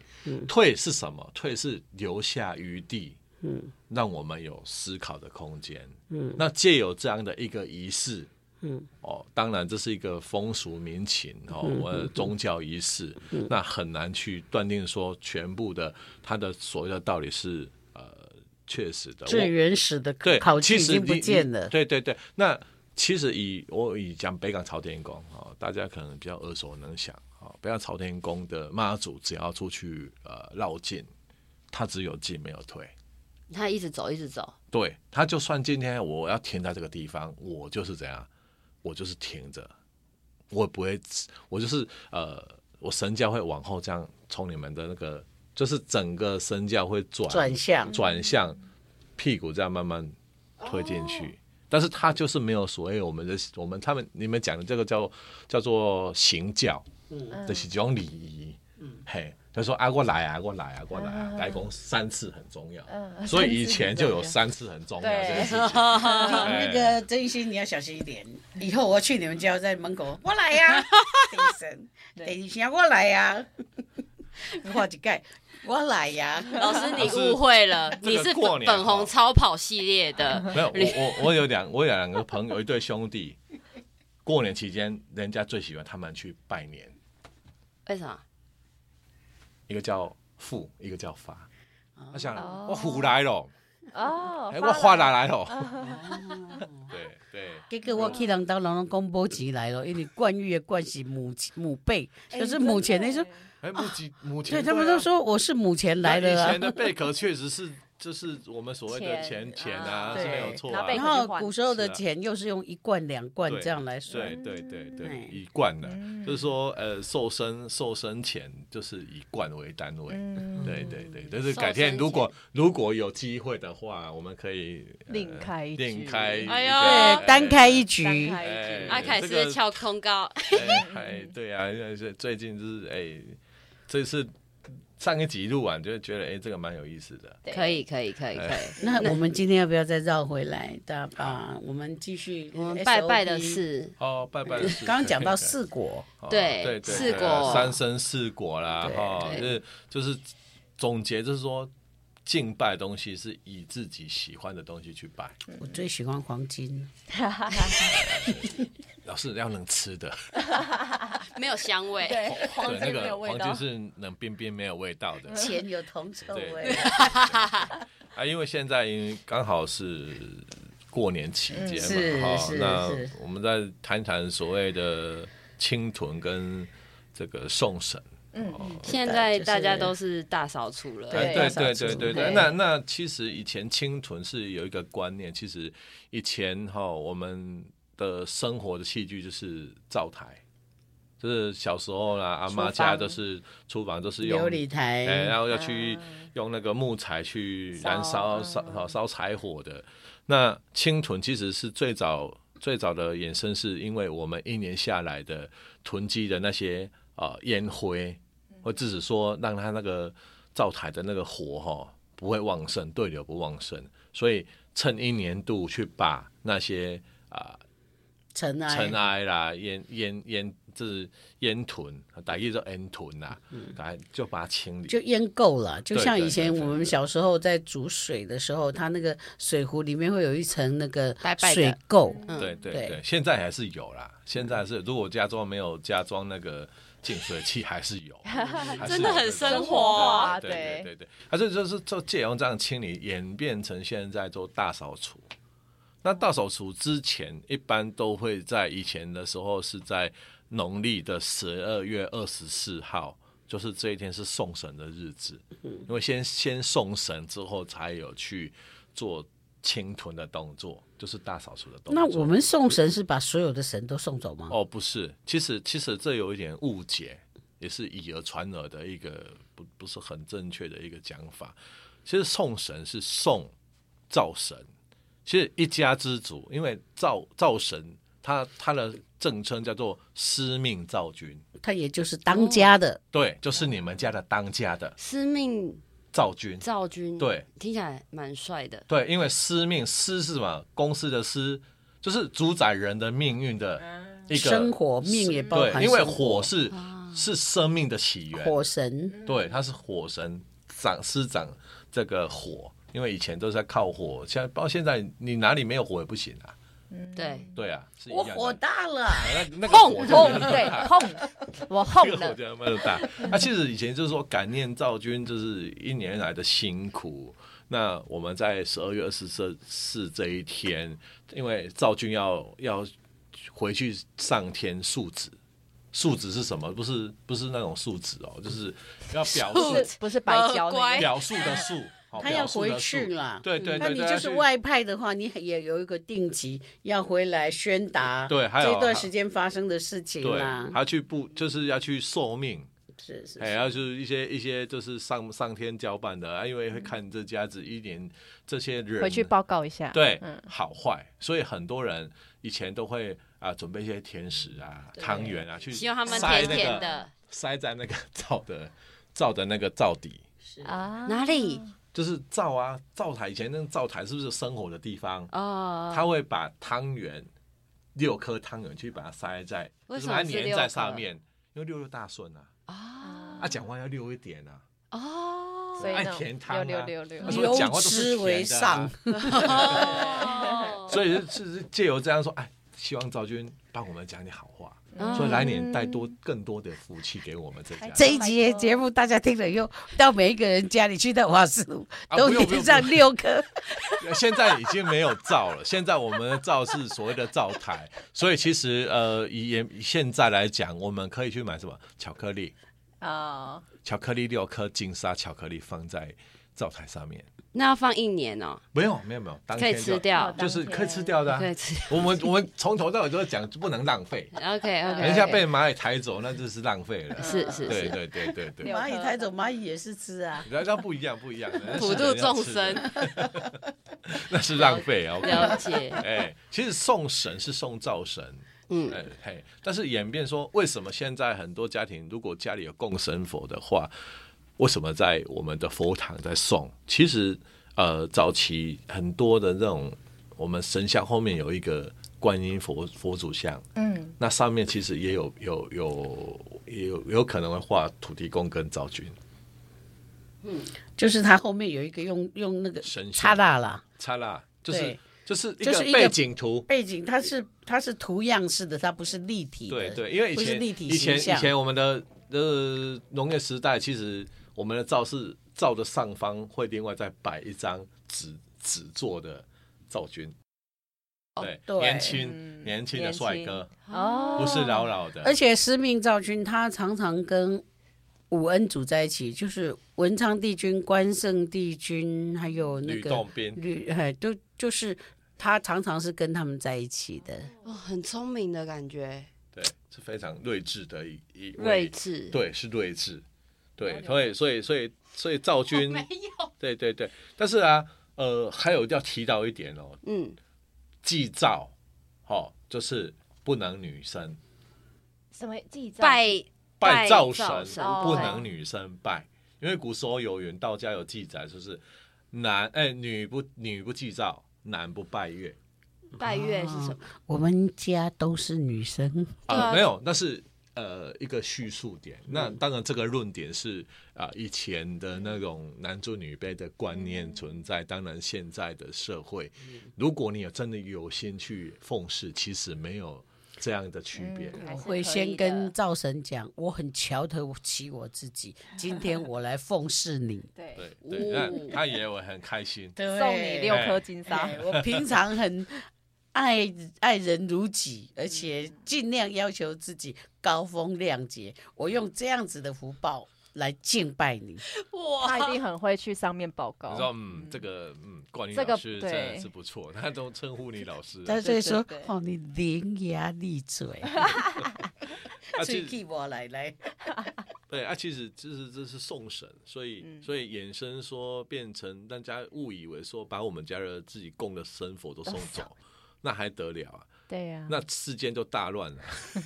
Speaker 5: 退是什么？退是留下余地，嗯，让我们有思考的空间。嗯，那借有这样的一个仪式，嗯，哦，当然这是一个风俗民情哦，我的宗教仪式，那很难去断定说全部的它的所谓的道理是呃确实的。
Speaker 4: 最
Speaker 5: 我
Speaker 4: 原始的
Speaker 5: 对，
Speaker 4: 考据
Speaker 5: 其
Speaker 4: 已
Speaker 5: 实
Speaker 4: 经不
Speaker 5: 你
Speaker 4: 见
Speaker 5: 你
Speaker 4: 了。
Speaker 5: 对对对，那其实以我以讲北港朝天宫哦，大家可能比较耳熟能详哦。北港朝天宫的妈祖只要出去呃绕境，他只有进没有退。
Speaker 1: 他一直走一直走，
Speaker 5: 对，他就算今天我要停在这个地方，我就是怎样，我就是停着，我不会，我就是呃，我神教会往后这样从你们的那个，就是整个神教会转
Speaker 4: 转向
Speaker 5: 转向，屁股这样慢慢推进去。但是它就是没有所谓我们的我们他们你们讲的这个叫叫做行教，嗯，这是一种礼仪，嗯，嘿。他说：“啊，我来啊，我来啊，我来啊！来公三次很重要， <laughs> 所以以前就有嗯三次很重要这件事情。哎
Speaker 6: 那个郑欣，你要小心一点。
Speaker 4: 嗯
Speaker 6: 以后我去你们家，在门口，我来呀、
Speaker 4: 啊
Speaker 6: <laughs> 等一声，等一下，我来啊呀、画一盖，我来啊呀、
Speaker 1: 老师，你误会了，
Speaker 5: 这
Speaker 1: 你
Speaker 5: 个
Speaker 1: 是
Speaker 5: 过
Speaker 1: 粉
Speaker 5: 年
Speaker 1: 粉红
Speaker 5: 哦
Speaker 1: 超跑系列的，
Speaker 5: <laughs> 没有，我我我有两我有两个朋友，一对兄弟，过年期间人家最喜欢他们去拜年，
Speaker 1: 为啥？
Speaker 5: 一个叫富，一个叫发。他想我虎来了，
Speaker 2: 哦
Speaker 5: 哎，我发达来了。 <laughs> 对对，
Speaker 4: <laughs> 结果我去人家人拢讲无钱来了，因为冠玉的冠是母母辈，
Speaker 6: 哎
Speaker 2: 哎
Speaker 4: 就是母钱。那时候，
Speaker 5: 哎，母鸡母亲，
Speaker 4: 对他们都说我是母钱来
Speaker 5: 啊以
Speaker 4: 了啊
Speaker 5: 前。的贝壳确实是就是我们所谓的钱
Speaker 2: 钱
Speaker 5: 钱啊
Speaker 2: 啊
Speaker 5: 是没有
Speaker 4: 对
Speaker 5: 错
Speaker 2: 拿
Speaker 5: 啊
Speaker 2: 贝。
Speaker 4: 然
Speaker 2: 壳
Speaker 4: 后
Speaker 2: 去换
Speaker 4: 古时候的
Speaker 5: 是啊
Speaker 4: 钱又是用一贯两贯
Speaker 5: 对
Speaker 4: 这样来算。
Speaker 5: 对对对对
Speaker 4: 哎，
Speaker 5: 以贯的，就是说呃，瘦身瘦身钱就是以贯为单位。
Speaker 2: 嗯
Speaker 5: 对对对，但是
Speaker 1: 瘦
Speaker 5: 改天
Speaker 1: 身
Speaker 5: 如果如果有机会的话，我们可以呃
Speaker 2: 另开一
Speaker 5: 另
Speaker 2: 局
Speaker 5: 开一个，
Speaker 1: 哎
Speaker 5: 哎
Speaker 6: 哦
Speaker 1: 呀
Speaker 4: 对，单开一
Speaker 2: 单
Speaker 4: 局。
Speaker 2: 开一
Speaker 5: 哎
Speaker 2: 局
Speaker 1: 阿凯是不
Speaker 5: 这
Speaker 1: 是
Speaker 5: 个
Speaker 1: 翘空高，
Speaker 5: 哎哎，对啊，因为是最近就是哎，这次上一集录完就觉得哎，这个蛮有意思的。
Speaker 1: 可以可以可以可以
Speaker 5: 哎，
Speaker 4: 那我们今天要不要再绕回来，大把我们继续
Speaker 1: 我们拜拜的。事，
Speaker 5: 哦，拜拜的事情。
Speaker 4: 刚刚讲
Speaker 5: <laughs>
Speaker 4: 到四果，
Speaker 5: 哦
Speaker 1: 对
Speaker 5: 对对
Speaker 1: 四
Speaker 5: 对啊
Speaker 1: 果
Speaker 5: 三生四果啦，
Speaker 4: 对
Speaker 5: 哈，就
Speaker 1: 对
Speaker 5: 是就是总结，就是说敬拜的东西是以自己喜欢的东西去拜。
Speaker 4: 我最喜欢黄金。
Speaker 5: 老师要能吃的，
Speaker 1: 没有香味，
Speaker 5: <laughs> 对
Speaker 2: 黄
Speaker 5: 那
Speaker 2: 金没
Speaker 5: 个
Speaker 2: 有味
Speaker 5: 黄
Speaker 2: 道
Speaker 5: 金，是冷冰冰没有味道
Speaker 4: 嗯
Speaker 5: 的。
Speaker 6: 钱有铜臭
Speaker 5: 对
Speaker 6: 味。
Speaker 5: 啊，因为现在因为刚好是过年期间
Speaker 4: 嗯是
Speaker 5: 嘛，哈、
Speaker 4: 是
Speaker 5: 那
Speaker 4: 是
Speaker 5: 我们再谈谈所谓的清屯跟这个送审。
Speaker 2: 嗯
Speaker 5: 哦
Speaker 1: 现在大家都是大扫除了，
Speaker 4: 对
Speaker 5: 对
Speaker 4: 大
Speaker 5: 对
Speaker 4: 扫
Speaker 5: 对
Speaker 4: 除
Speaker 5: 对对。
Speaker 4: 对
Speaker 5: 那那其实以前清屯是有一个观念，其实以前哈、我们的生活的器具就是灶台。就是小时候啦，阿妈
Speaker 2: 厨
Speaker 5: 家
Speaker 2: 房
Speaker 5: 都是厨房都是用
Speaker 4: 琉璃台，
Speaker 5: 哎，然后要去用那个木材去燃烧
Speaker 2: 烧
Speaker 5: 烧嗯烧烧柴火的。那青屯其实是最早最早的衍生，是因为我们一年下来的囤积的那些啊烟灰，或致使说让它那个灶台的那个火哈、不会旺盛，对流不旺盛，所以趁一年度去把那些啊、
Speaker 4: 尘埃，
Speaker 5: 尘埃啦、烟烟烟，就是烟囤，打一叫烟囤啦，来就把它清理。
Speaker 4: 就淹垢了。就
Speaker 5: 对
Speaker 4: 像
Speaker 5: 对
Speaker 4: 以前
Speaker 5: 对对
Speaker 4: 我们
Speaker 5: 对
Speaker 4: 小时候在煮水的时候，它那个水壶里面会有一层那个
Speaker 1: 白白的
Speaker 4: 水垢。
Speaker 1: 嗯
Speaker 5: 对对
Speaker 4: 对
Speaker 5: 对，现在还是有啦。现在是如果家中没有加装那个净水器， <laughs> 还是
Speaker 1: <laughs>
Speaker 5: 有，还是
Speaker 1: 真
Speaker 5: 有
Speaker 1: 的很
Speaker 5: 这种
Speaker 1: 生活啊
Speaker 5: 对
Speaker 2: 对
Speaker 5: 对啊对对，它这就是就借用这样清理，演变成现在做大扫除。那大扫除之前，一般都会在以前的时候是在农历的十二月二十四号，就是这一天是送神的日子，因为先先送神之后才有去做清屯的动作，就是大扫除的动作。
Speaker 4: 那我们送神是把所有的神都送走吗？
Speaker 5: 哦，不是，其实其实这有一点误解，也是以讹传讹的一个不不是很正确的一个讲法。其实送神是送灶神，其实一家之主，因为灶灶神他他的正称叫做司命灶君，
Speaker 4: 它也就是当家的，
Speaker 5: 对，就是你们家的当家的
Speaker 1: 司命
Speaker 5: 灶君。
Speaker 1: 赵军，
Speaker 5: 对，
Speaker 1: 听起来蛮帅的，
Speaker 5: 对，因为司命司是什么？公司的司就是主宰人的命运的一个
Speaker 4: 生活命也包含
Speaker 5: 对，因为
Speaker 4: 生活啊
Speaker 5: 火是是生命的起源，
Speaker 4: 火神。
Speaker 5: 对，他是火神掌师长这个火，因为以前都是在靠火，现在包括现在你哪里没有火也不行啊。
Speaker 1: 对，
Speaker 5: 对啊，是一
Speaker 6: 我
Speaker 5: 样的。
Speaker 6: 火大了，
Speaker 5: 那那个
Speaker 3: 轰
Speaker 5: 火就
Speaker 3: 轰，
Speaker 5: 没有
Speaker 3: 对
Speaker 5: 大 <laughs>
Speaker 3: 轰，我轰
Speaker 5: 这个火
Speaker 3: 了。
Speaker 5: 就没有大。那、其实以前就是说感念赵军，就是一年来的辛苦。那我们在十二月二十四四这一天，因为赵军要要回去上天述职。述职是什么？不是不是那种述职哦，就是要表
Speaker 1: 述
Speaker 2: <laughs>
Speaker 5: 述
Speaker 1: 职
Speaker 2: 不是白交
Speaker 1: 乖
Speaker 2: 那个
Speaker 5: 表述的述，好
Speaker 4: 他要
Speaker 5: 表述的
Speaker 4: 回去
Speaker 5: 述
Speaker 4: 啦
Speaker 5: 对对对，
Speaker 4: 那你
Speaker 5: 对
Speaker 4: 就
Speaker 5: 他
Speaker 4: 是
Speaker 5: 去
Speaker 4: 外派的话，你也有一个定期要回来宣达，
Speaker 5: 对还有
Speaker 4: 这段时间发生的事情
Speaker 5: 对，
Speaker 4: 啦，
Speaker 5: 他去不就是要去受命，
Speaker 2: 是是
Speaker 5: 哎，然后就是一些一些就是上上天交办的，啊因为会
Speaker 1: 嗯
Speaker 5: 看这家子一年这些人
Speaker 2: 回去报告一下。
Speaker 5: 对、
Speaker 2: 嗯
Speaker 5: 好坏，所以很多人以前都会啊准备一些甜食啊、汤圆啊，去
Speaker 1: 希望他们
Speaker 5: 塞
Speaker 1: 甜
Speaker 5: 那
Speaker 1: 甜
Speaker 5: 个
Speaker 1: 的，
Speaker 5: 塞在那个灶的灶的那个灶底，
Speaker 3: 啊，
Speaker 1: 哪里
Speaker 5: 就是灶啊灶台，以前那个灶台是不是生火的地方？
Speaker 1: 哦？
Speaker 5: 他会把汤圆六颗汤圆去把它塞在，
Speaker 1: 为
Speaker 5: 就是
Speaker 1: 什么
Speaker 5: 把它
Speaker 1: 是
Speaker 5: 粘
Speaker 1: 六
Speaker 5: 在
Speaker 1: 颗
Speaker 5: 上面，因为六六大顺啊，
Speaker 1: 啊
Speaker 5: 啊讲话要溜一点啊，
Speaker 1: 哦
Speaker 2: 所以
Speaker 5: 爱
Speaker 2: 那种
Speaker 5: 甜汤啊
Speaker 2: 六六六
Speaker 5: 他
Speaker 2: 六，
Speaker 5: 说讲话都是
Speaker 6: 由之为
Speaker 5: 甜的啊
Speaker 6: 上，
Speaker 1: 哦，
Speaker 5: 所以是是借由这样说，哎，希望赵军帮我们讲点好话，
Speaker 1: 嗯
Speaker 5: 所以
Speaker 1: 哦
Speaker 5: 来年带多更多的福气给我们这家。
Speaker 4: 这一集的节目大家听了以后，到每一个人家里去到瓦斯炉，
Speaker 5: 啊
Speaker 4: 都
Speaker 5: 不用不
Speaker 4: 点
Speaker 5: 用
Speaker 4: 上
Speaker 5: 不用
Speaker 4: 六
Speaker 5: <laughs>
Speaker 4: 颗。
Speaker 5: 现在已经没有灶了，现在我们的灶是所谓的灶台，所以其实呃，以也现在来讲，我们可以去买什么巧克力，
Speaker 2: 啊，
Speaker 5: 巧克力六颗金沙巧克力放在灶台上面，
Speaker 1: 那要放一年哦，
Speaker 5: 没有没有没有，当
Speaker 1: 可
Speaker 5: 天
Speaker 1: 以
Speaker 5: 就
Speaker 1: 吃，掉，
Speaker 5: 就是可以吃掉的啊、
Speaker 1: 可以吃。
Speaker 5: 我们我们从头到尾都在讲不能浪费，
Speaker 1: OK
Speaker 5: 等
Speaker 1: <laughs> OK，
Speaker 5: 一下被蚂蚁抬走，那就是浪费了。
Speaker 1: 是是
Speaker 5: 对
Speaker 1: 是，
Speaker 5: 对对对对。
Speaker 6: 蚂蚁抬走，蚂蚁也是吃啊。
Speaker 5: 那那不一样，不一样，那是
Speaker 1: 普度
Speaker 5: 人要
Speaker 1: 众
Speaker 5: 吃
Speaker 1: 生
Speaker 5: 的，， <laughs> 那是浪费啊！我跟你
Speaker 1: 了
Speaker 5: 讲
Speaker 1: 解。
Speaker 5: 哎，其实送神是送灶神，
Speaker 1: 嗯，
Speaker 5: 哎嘿，但是演变说，为什么现在很多家庭如果家里有供神佛的话，为什么在我们的佛堂在送？其实呃，早期很多的那种我们神像后面有一个观音佛佛祖像，
Speaker 3: 嗯，
Speaker 5: 那上面其实也有有有也有有可能会画土地公跟赵君
Speaker 6: 就是
Speaker 4: 他后面有一个用用那个
Speaker 5: 神
Speaker 4: 插
Speaker 5: 像，
Speaker 4: 蜡啦，
Speaker 5: 差啦，就是
Speaker 6: 对
Speaker 5: 就是一
Speaker 6: 就
Speaker 5: 个
Speaker 6: 是一个
Speaker 5: 背景图，
Speaker 6: 背景，它是它是图样式的，它不是立体的。
Speaker 5: 对对，因为以
Speaker 6: 不是
Speaker 5: 前
Speaker 6: 立体
Speaker 5: 以前
Speaker 6: 形象
Speaker 5: 以前我们的呃农业时代，其实我们的灶是灶的上方会另外再摆一张纸纸做的灶君，对，
Speaker 6: 对
Speaker 5: 年轻年轻的帅哥，
Speaker 2: 哦，
Speaker 5: 不是老老的
Speaker 4: 而，且师命赵君他常常跟武恩组在一起，就是文昌帝君、关圣帝君，还有那
Speaker 5: 吕
Speaker 4: 个
Speaker 5: 洞宾，
Speaker 4: 吕，哎，都就是他常常是跟他们在一起的。
Speaker 1: 哦，很聪明的感觉，
Speaker 5: 对，是非常睿智的一一
Speaker 1: 睿
Speaker 5: 位，
Speaker 1: 智，
Speaker 5: 对，是睿智，对，所以所以所以所以赵君，对对对，但是啊，呃，还有要提到一点哦，
Speaker 1: 嗯，
Speaker 5: 祭灶，哦，就是不能女生。
Speaker 3: 什么记账？
Speaker 1: 拜
Speaker 5: 拜灶神
Speaker 1: 灶神
Speaker 5: 不
Speaker 3: 对
Speaker 5: 能女生拜，因为古时候有云道家有记载，就是男哎、女不女不祭灶，男不拜月
Speaker 1: 拜月是什么？
Speaker 4: 啊我们家都是女生，
Speaker 5: 啊、
Speaker 1: 对啊
Speaker 5: 没有，那是呃一个叙述点。那当然这个论点是啊、以前的那种男尊女卑的观念存在，当然现在的社会，如果你有真的有心去奉事，其实没有这样的区别。
Speaker 3: 还是
Speaker 4: 会
Speaker 3: 可
Speaker 4: 先
Speaker 3: 以
Speaker 4: 跟
Speaker 3: 的
Speaker 4: 灶神讲，我很瞧得起我自己，今天我来奉侍你。
Speaker 2: 对，
Speaker 5: 对对，
Speaker 2: 哦
Speaker 5: 那他也会很开心。
Speaker 6: 对，
Speaker 2: 送你六颗金沙
Speaker 6: 哎。
Speaker 4: <laughs> 我平常很爱爱人如己，而且尽量要求自己高风亮节。我用这样子的福报来敬拜 <laughs> 你。
Speaker 2: 他一定很会去上面报
Speaker 5: 你知道，
Speaker 2: 告。
Speaker 5: 嗯，这个嗯，冠
Speaker 2: 哦
Speaker 5: 霖
Speaker 2: 这个
Speaker 5: 老师真的
Speaker 2: 对
Speaker 5: 是不错，他都称呼你老
Speaker 2: <laughs>
Speaker 5: 师啊。
Speaker 4: 他就会说
Speaker 2: 对对：“对
Speaker 4: 哦，你伶牙俐哎嘴。 <laughs>
Speaker 5: 啊，
Speaker 6: 最
Speaker 5: 其实
Speaker 6: 替我来来，
Speaker 5: 对啊，其实就是这是送神，所以
Speaker 2: 嗯
Speaker 5: 所以衍生说变成大家误以为说把我们家的自己供的神佛都送
Speaker 2: <laughs>
Speaker 5: 走，那还得了啊？
Speaker 2: 对呀，
Speaker 5: 那世间就大乱了。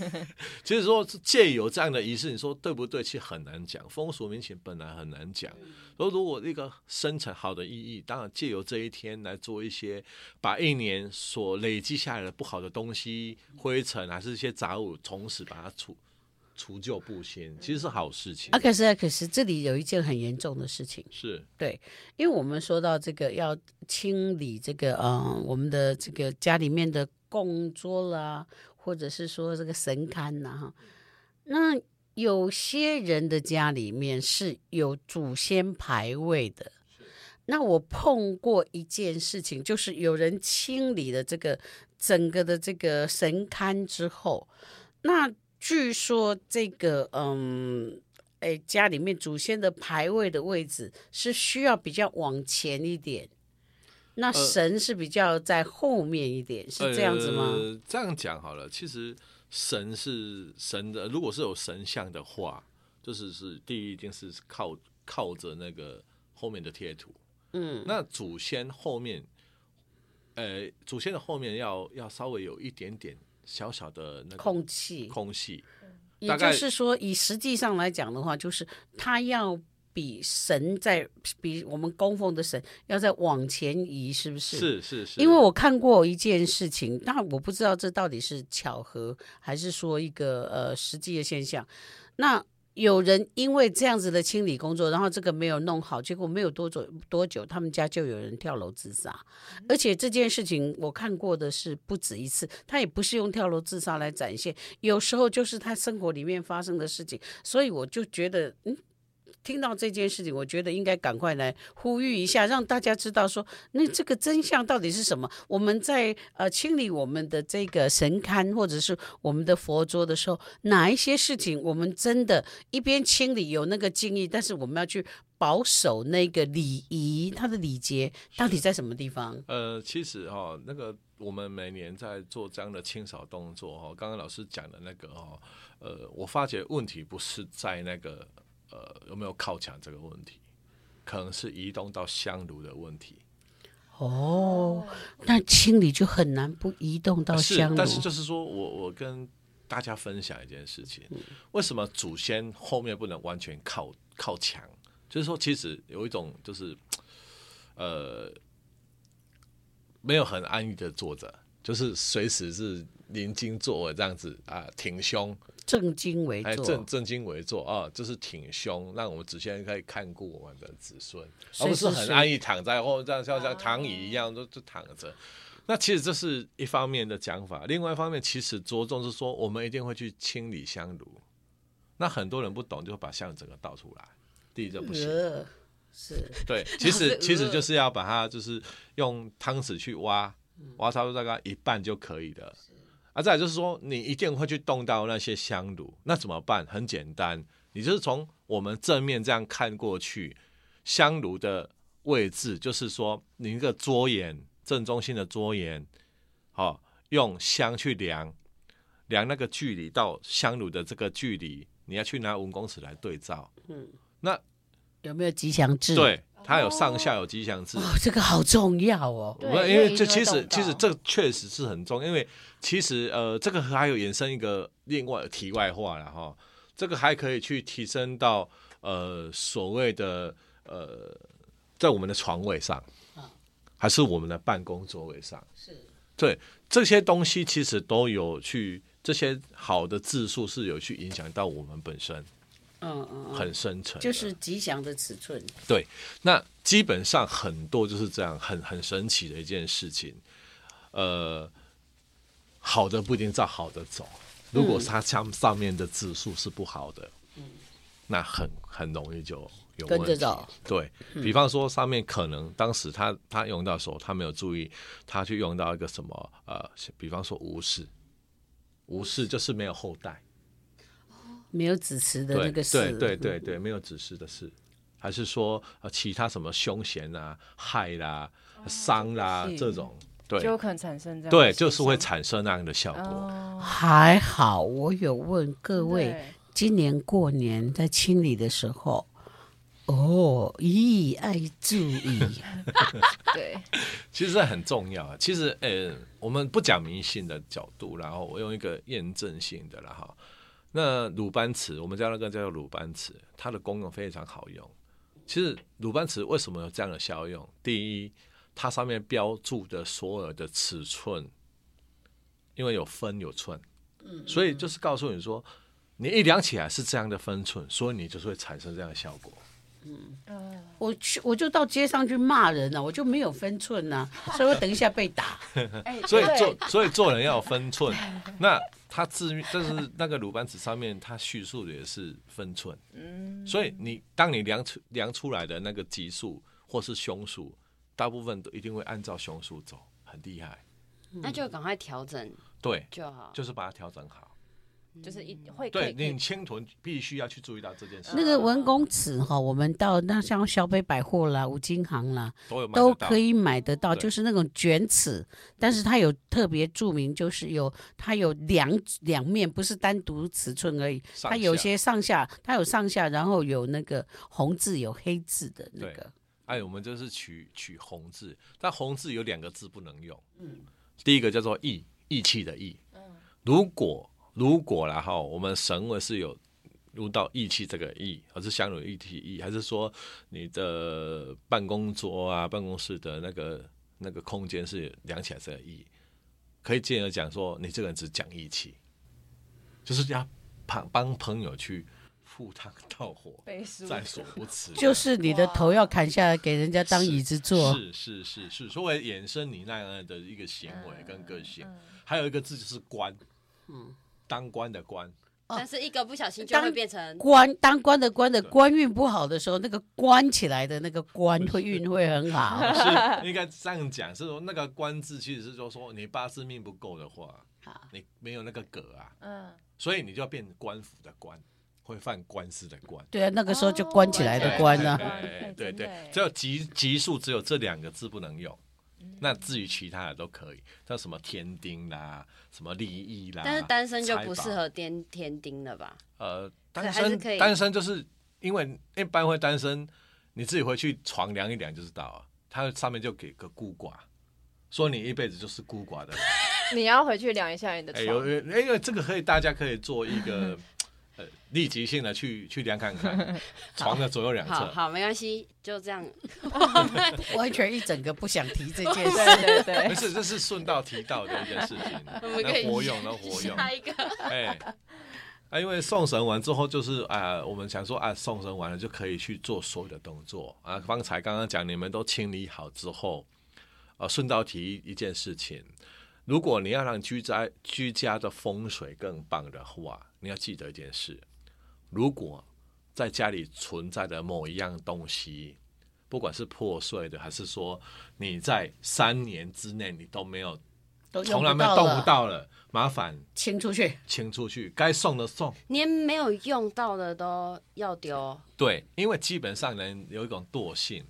Speaker 5: <laughs> 其实说是借由这样的仪式，你说对不对？其实很难讲，风俗民情本来很难讲。说如果一个深层好的意义，当然借由这一天来做一些，把一年所累积下来的不好的东西、灰尘啊还是一些杂物，从此把它除除旧布新，其实是好事情。
Speaker 4: 啊，可是啊，可是这里有一件很严重的事情，
Speaker 5: 是
Speaker 4: 对，因为我们说到这个要清理这个，嗯，我们的这个家里面的供桌啦，或者是说这个神龛呐，哈，那有些人的家里面是有祖先牌位的。那我碰过一件事情，就是有人清理了这个整个的这个神龛之后，那据说这个嗯，哎，家里面祖先的牌位的位置是需要比较往前一点，那神是比较在后面一点，是这样子吗？
Speaker 5: 呃这样讲好了，其实神是神的，如果是有神像的话，就是是第一一定是靠靠着那个后面的贴图，
Speaker 4: 嗯，
Speaker 5: 那祖先后面，呃，祖先的后面要要稍微有一点点小小的那个
Speaker 4: 空气，
Speaker 5: 空隙，
Speaker 4: 也
Speaker 5: 大
Speaker 4: 就
Speaker 5: 概
Speaker 4: 是说，以实际上来讲的话，就是他要比神在比我们供奉的神要再往前移，是不是？。
Speaker 5: 是是是，
Speaker 4: 因为我看过一件事情，但我不知道这到底是巧合还是说一个呃实际的现象。那有人因为这样子的清理工作，然后这个没有弄好，结果没有多久多久，他们家就有人跳楼自杀。而且这件事情我看过的是不止一次，他也不是用跳楼自杀来展现，有时候就是他生活里面发生的事情，所以我就觉得，嗯，听到这件事情，我觉得应该赶快来呼吁一下，让大家知道说，那这个真相到底是什么？我们在呃清理我们的这个神龛或者是我们的佛桌的时候，哪一些事情我们真的一边清理有那个敬意，但是我们要去保守那个礼仪，它的礼节到底在什么地方？
Speaker 5: 呃，其实哈、那个我们每年在做这样的清扫动作哈、刚刚老师讲的那个哈、呃，我发觉问题不是在那个呃有没有靠墙这个问题，可能是移动到香炉的问题。
Speaker 4: 哦，那清理就很难不移动到
Speaker 5: 呃啊是
Speaker 4: 香炉。
Speaker 5: 但是就是说我我跟大家分享一件事情，
Speaker 4: 嗯
Speaker 5: 为什么祖先后面不能完全靠靠墙？就是说，其实有一种就是，呃，没有很安逸的坐着，就是随时是临经坐位这样子啊，挺胸，
Speaker 4: 正襟危
Speaker 5: 哎，
Speaker 4: 坐，
Speaker 5: 正正襟危坐啊，就是挺胸，让我们祖先可以看顾我们的子孙，
Speaker 4: 随
Speaker 5: 而不是
Speaker 4: 时
Speaker 5: 很
Speaker 4: 随
Speaker 5: 安逸躺在或者这样像像躺椅一样都就躺着。那其实这是一方面的讲法，另外一方面其实着重是说我们一定会去清理香炉。那很多人不懂，就把香炉整个倒出来，第一这不行。
Speaker 4: 呃是
Speaker 5: 对，其实
Speaker 4: 呃
Speaker 5: 其实就是要把它就是用汤匙去挖，挖差不多大概一半就可以了。啊，再来就是说，你一定会去动到那些香炉，那怎么办？很简单，你就是从我们正面这样看过去，香炉的位置，就是说你一个桌沿正中心的桌沿，好、用香去量，量那个距离到香炉的这个距离，你要去拿文公尺来对照，
Speaker 4: 有没有吉祥志？
Speaker 5: 对，它有上下有吉祥字。
Speaker 4: 哦，这个好重要哦。
Speaker 3: 对
Speaker 5: 我们
Speaker 3: 因
Speaker 5: 因
Speaker 3: 为
Speaker 5: 为
Speaker 3: 一
Speaker 5: 这
Speaker 3: 定
Speaker 5: 其
Speaker 3: 会
Speaker 5: 实
Speaker 3: 动
Speaker 5: 其实
Speaker 3: 到
Speaker 5: 这确实是很重要，因为其实呃，这个还有衍生一个另外题外话了哈，这个还可以去提升到呃所谓的呃，在我们的床位上，
Speaker 3: 嗯
Speaker 5: 还是我们的办公座位上，是对这些东西其实都有去这些好的字数是有去影响到我们本身
Speaker 4: 嗯嗯，嗯
Speaker 5: 很深层的，
Speaker 4: 就是吉祥的尺寸。
Speaker 5: 对，那基本上很多就是这样，很很神奇的一件事情。呃，好的不一定照好的走，如果
Speaker 4: 嗯
Speaker 5: 它上上面的字数是不好的，那很很容易就有
Speaker 4: 跟
Speaker 5: 问
Speaker 4: 着
Speaker 5: 题
Speaker 4: 走。嗯
Speaker 5: 对比方说，上面可能当时他他用到的时候，他没有注意，他去用到一个什么呃，比方说无视，无视就是没有后代。
Speaker 4: 没有子时的
Speaker 5: 对
Speaker 4: 那个事，嗯
Speaker 5: 对对对对，没有指示的事，还是说呃其他什么凶险啊、害啦、
Speaker 2: 哦
Speaker 5: 伤啦
Speaker 4: 是
Speaker 5: 这种，
Speaker 2: 就有
Speaker 5: 对
Speaker 2: 可能产生这样的
Speaker 5: 对，
Speaker 2: 现
Speaker 5: 就是会
Speaker 2: 象
Speaker 5: 产生那样的效果。
Speaker 2: 哦，
Speaker 4: 还好我有问各位，
Speaker 2: 对
Speaker 4: 今年过年在清理的时候，哦，咦，爱注意，
Speaker 2: 对，
Speaker 5: 其实这很重要啊。其实呃，我们不讲迷信的角度，然后我用一个验证性的了哈。那鲁班尺，我们叫那个叫做鲁班尺，它的功用非常好用。其实鲁班尺为什么有这样的效用？第一，它上面标注的所有的尺寸，因为有分有寸，所以就是告诉你说，你一量起来是这样的分寸，所以你就是会产生这样的效果。
Speaker 4: <laughs> 我去我就到街上去骂人了、我就没有分寸 <laughs> 呐、所以我等一下被打。 <laughs>
Speaker 5: 所以做所以做人要有分寸。那他自命，就是那个鲁班尺上面，他叙述的也是分寸。嗯，所以你当你量出量出来的那个级数或是凶数，大部分都一定会按照凶数走，很厉害。
Speaker 1: 那就赶快调整
Speaker 5: 对，
Speaker 1: 就好。
Speaker 5: 就是把它调整好。
Speaker 3: 就是一会可
Speaker 5: 对
Speaker 3: 以
Speaker 5: 你清屯必须要去注意到这件事，
Speaker 4: 那个文公尺哈，我们到那像小北百货啦、五金行啦，
Speaker 5: 都有买得
Speaker 4: 都
Speaker 5: 到
Speaker 4: 可以买得到，
Speaker 5: 对
Speaker 4: 就是那种卷尺，但是它有特别注明，就是有它有两两面，不是单独尺寸而已，
Speaker 5: 上
Speaker 4: 它有
Speaker 5: 下
Speaker 4: 些上下，它有上下，然后有那个红字有黑字的那
Speaker 5: 对
Speaker 4: 个，
Speaker 5: 哎，我们就是取取红字，但红字有两个字不能用。嗯，第一个叫做义，义气的义。嗯，如果如果啦哈，我们神文是有入到义气这个义，而是相濡一体义，还是说你的办公桌啊、办公室的那个那个空间是量起来这个义，可以进而讲说你这个人只讲义气，就是要帮帮朋友去赴汤蹈火，
Speaker 3: 背书
Speaker 5: 在所不辞。
Speaker 4: 就是你的头要砍下来给人家当
Speaker 5: 是
Speaker 4: 椅子坐，
Speaker 5: 是是是是，所以衍生你那样的一个行为
Speaker 1: 嗯
Speaker 5: 跟个性，还有一个字就是官，嗯，当官的
Speaker 1: <laughs>
Speaker 5: 官，
Speaker 1: 但是一个不小心就会
Speaker 4: 当
Speaker 1: 变成
Speaker 4: 官当官的官的官运不好的时候，那个关起来的那个官会运会
Speaker 5: <laughs>
Speaker 4: 很好。
Speaker 5: 是应该这样讲，是说那个官字其实是就说你八字命不够的话，你没有那个格啊，
Speaker 3: 嗯，
Speaker 5: 所以你就要变官府的官，会犯官司的官。
Speaker 4: 对啊，那个时候就关起来的关啊。
Speaker 5: 哎对
Speaker 3: 真的
Speaker 5: 对
Speaker 3: 耶，
Speaker 5: 只有级级数只有这两个字不能用。
Speaker 1: 嗯
Speaker 5: 那至于其他的都可以，像什么天丁啦，什么利益啦，
Speaker 1: 但是单身就不
Speaker 5: 财宝
Speaker 1: 适合颠天丁了吧？
Speaker 5: 呃，
Speaker 1: 可
Speaker 5: 单
Speaker 1: 还是
Speaker 5: 身
Speaker 1: 可以
Speaker 5: 单身就是因为一般会单身，你自己回去床量一量就知道啊，它上面就给个孤寡，说你一辈子就是
Speaker 1: <laughs>
Speaker 5: 孤寡的人。
Speaker 2: 你要回去量一下你的
Speaker 5: 哎、有
Speaker 2: 床，
Speaker 5: 哎，因为这个可以大家可以做一
Speaker 1: <laughs>
Speaker 5: 个呃立即性的去去量看看床的左右两
Speaker 1: 好
Speaker 5: 侧。
Speaker 1: 好，没关系，就这样。
Speaker 4: 完全一整个不想提这件
Speaker 5: <laughs>
Speaker 4: 事。
Speaker 2: 对对对，
Speaker 5: 没事，这是顺道提到的一件事情，
Speaker 1: <laughs> 我们可以
Speaker 5: 能活用，能活用。
Speaker 1: 下一个，
Speaker 5: 哎，啊，因为送神完之后，就是啊、我们想说啊，送神完了就可以去做所有的动作啊。刚才刚刚讲，你们都清理好之后，啊，顺道提一件事情，如果你要让居家居家的风水更棒的话，你要记得一件事：如果在家里存在的某一样东西，不管是破碎的，还是说你在三年之内你都没有，
Speaker 6: 都用
Speaker 5: 从
Speaker 6: 不
Speaker 5: 来没有
Speaker 6: 到
Speaker 5: 动
Speaker 6: 了
Speaker 5: 不到了，麻烦
Speaker 6: 清出去。
Speaker 5: 清出去，该送的送。
Speaker 1: 连没有用到的都要丢。
Speaker 5: 对，因为基本上人有一种惰性，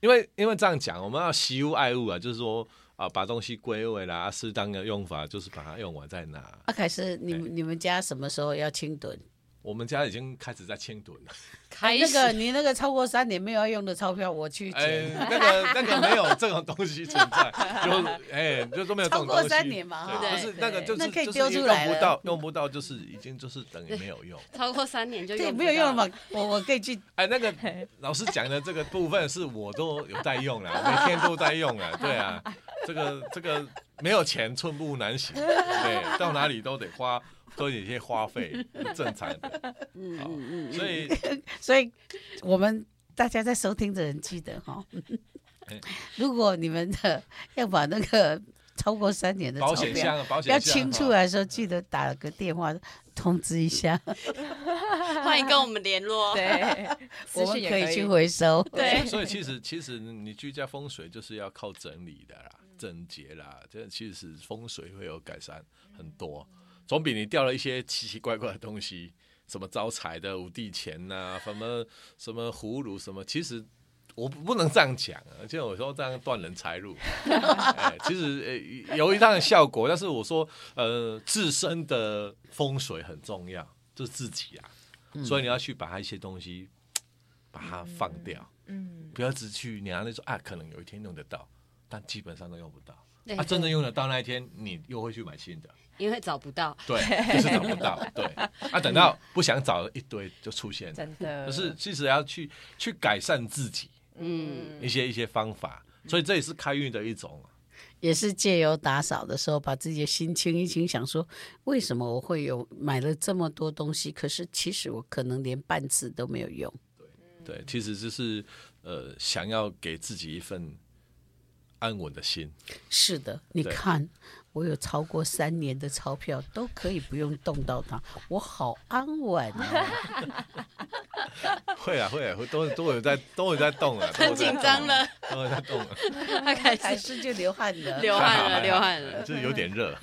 Speaker 5: 因为因为这样讲，我们要惜物爱物啊，就是说啊，把东西归位啦，啊适当的用法就是把它用完再拿。
Speaker 4: 阿凯是你们你们家什么时候要清囤？
Speaker 5: 我们家已经开始在清囤了，
Speaker 1: 开
Speaker 4: 那个你那个超过三年没有要用的钞票，我去
Speaker 5: 哎
Speaker 4: 捡。，
Speaker 5: 那个那个没有这种东西存在，就哎就都没有这
Speaker 6: 超
Speaker 5: 种东
Speaker 6: 过
Speaker 5: 西。
Speaker 6: 三年嘛
Speaker 5: 对
Speaker 1: 哈
Speaker 5: 就是那个就是
Speaker 4: 那可以
Speaker 5: 就是
Speaker 4: 丢出来
Speaker 5: 用
Speaker 4: 了
Speaker 5: 不到用不到，就是已经就是等于没有用。
Speaker 1: 超过三年就
Speaker 6: 对，
Speaker 1: 用
Speaker 6: 没有用了
Speaker 1: 嘛？
Speaker 6: 嘛，我我可以去
Speaker 5: 哎，那个老师讲的这个部分是我都有在用啦，每天都在用啦，对啊，这个这个没有钱寸步难行，对，到哪里都得花，都有一些花费，正常的，
Speaker 1: 嗯
Speaker 5: 好
Speaker 1: 嗯嗯，
Speaker 5: 所以
Speaker 4: 所以我们大家在收听的人记得
Speaker 5: <laughs>
Speaker 4: 哈
Speaker 5: 哎，
Speaker 4: 如果你们的要把那个超过三年的
Speaker 5: 保
Speaker 4: 钞
Speaker 5: 险
Speaker 4: 票
Speaker 5: 箱，保险箱
Speaker 4: 要清出
Speaker 5: 哈
Speaker 4: 来的时候，记得打个电话通知
Speaker 5: <laughs>
Speaker 4: 一下，
Speaker 1: <laughs> 欢迎跟我们联 <laughs> 络。
Speaker 2: 对，
Speaker 4: 我
Speaker 2: 资
Speaker 4: 们
Speaker 2: 讯也可
Speaker 4: 可以去回收。
Speaker 1: 对
Speaker 5: 所以其实其实你居家风水就是要靠整理的啦，整洁啦，这其实风水会有改善很多，总比你掉了一些奇奇怪怪的东西，什么招财的五帝钱呐、什么什么葫芦什么，其实。我不不能这样讲啊，就我说这样断人财路、哎其实呃有一样的效果，但是我说呃自身的风水很重要，就是自己啊，所以你要去把它一些东西把它放掉，
Speaker 2: 嗯，
Speaker 5: 不要只去你拿那说啊，可能有一天用得到，但基本上都用不到。
Speaker 1: 对
Speaker 5: 啊，真的用得到那一天，你又会去买
Speaker 1: <laughs>
Speaker 5: 新的，
Speaker 1: 因为找不到。
Speaker 5: 对，就是找不到，对。啊，等到不想找一堆就出现了，
Speaker 2: 真的，
Speaker 5: 可是其实要去去改善自己
Speaker 1: 嗯，
Speaker 5: 一些一些方法，所以这也是开运的一种啊。
Speaker 4: 也是借由打扫的时候，把自己的心清一清，想说为什么我会有买了这么多东西，可是其实我可能连半次都没有用。
Speaker 5: 对，其实就是呃，想要给自己一份安稳
Speaker 1: <laughs>
Speaker 5: 的心。
Speaker 4: 是的，你
Speaker 5: 对
Speaker 4: 看，我有超过三年的钞票都可以不用动到它，我好安稳
Speaker 6: <laughs>
Speaker 4: 啊！
Speaker 5: 会啊，会啊，会都都有在都有在动啊，
Speaker 1: 很紧张了，
Speaker 5: 都有在动啊，
Speaker 1: 他 <laughs> 开
Speaker 6: 还
Speaker 1: 始
Speaker 5: <laughs>
Speaker 6: 是就流汗了。 <laughs>
Speaker 1: 流汗了，流汗
Speaker 5: 呃
Speaker 1: 了。
Speaker 5: 就是有点热。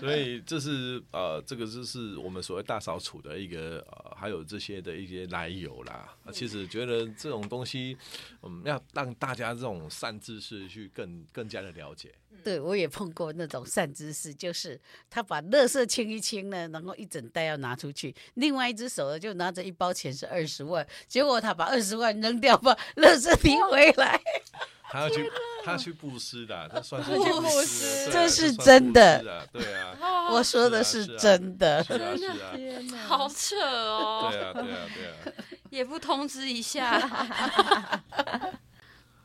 Speaker 5: 所以这是呃，这个就是我们所谓大扫除的一个呃，还有这些的一些来由啦。啊其实觉得这种东西，嗯，要让大家这种善知识去更更加的了解。
Speaker 4: 对，我也碰过那种善知识，就是他把垃圾清一清呢，然后一整袋要拿出去，另外一只手呢就拿着一包钱是二十万，结果他把二十万扔掉，把垃圾提回来。
Speaker 5: 他要去，他去布施的，这算是
Speaker 2: 他去布
Speaker 5: 布
Speaker 2: 施
Speaker 5: 施，对啊
Speaker 4: 这是
Speaker 5: 算
Speaker 4: 真的
Speaker 5: 布施啊，对
Speaker 4: <laughs>
Speaker 5: 啊，
Speaker 4: 我说的
Speaker 5: 是啊
Speaker 4: 是
Speaker 5: 是啊
Speaker 4: 真的，
Speaker 5: 是啊，是啊，
Speaker 2: 天哪，
Speaker 1: 好扯哦，
Speaker 5: 对啊，对啊，对啊。
Speaker 1: 也不通知一 <laughs> 下，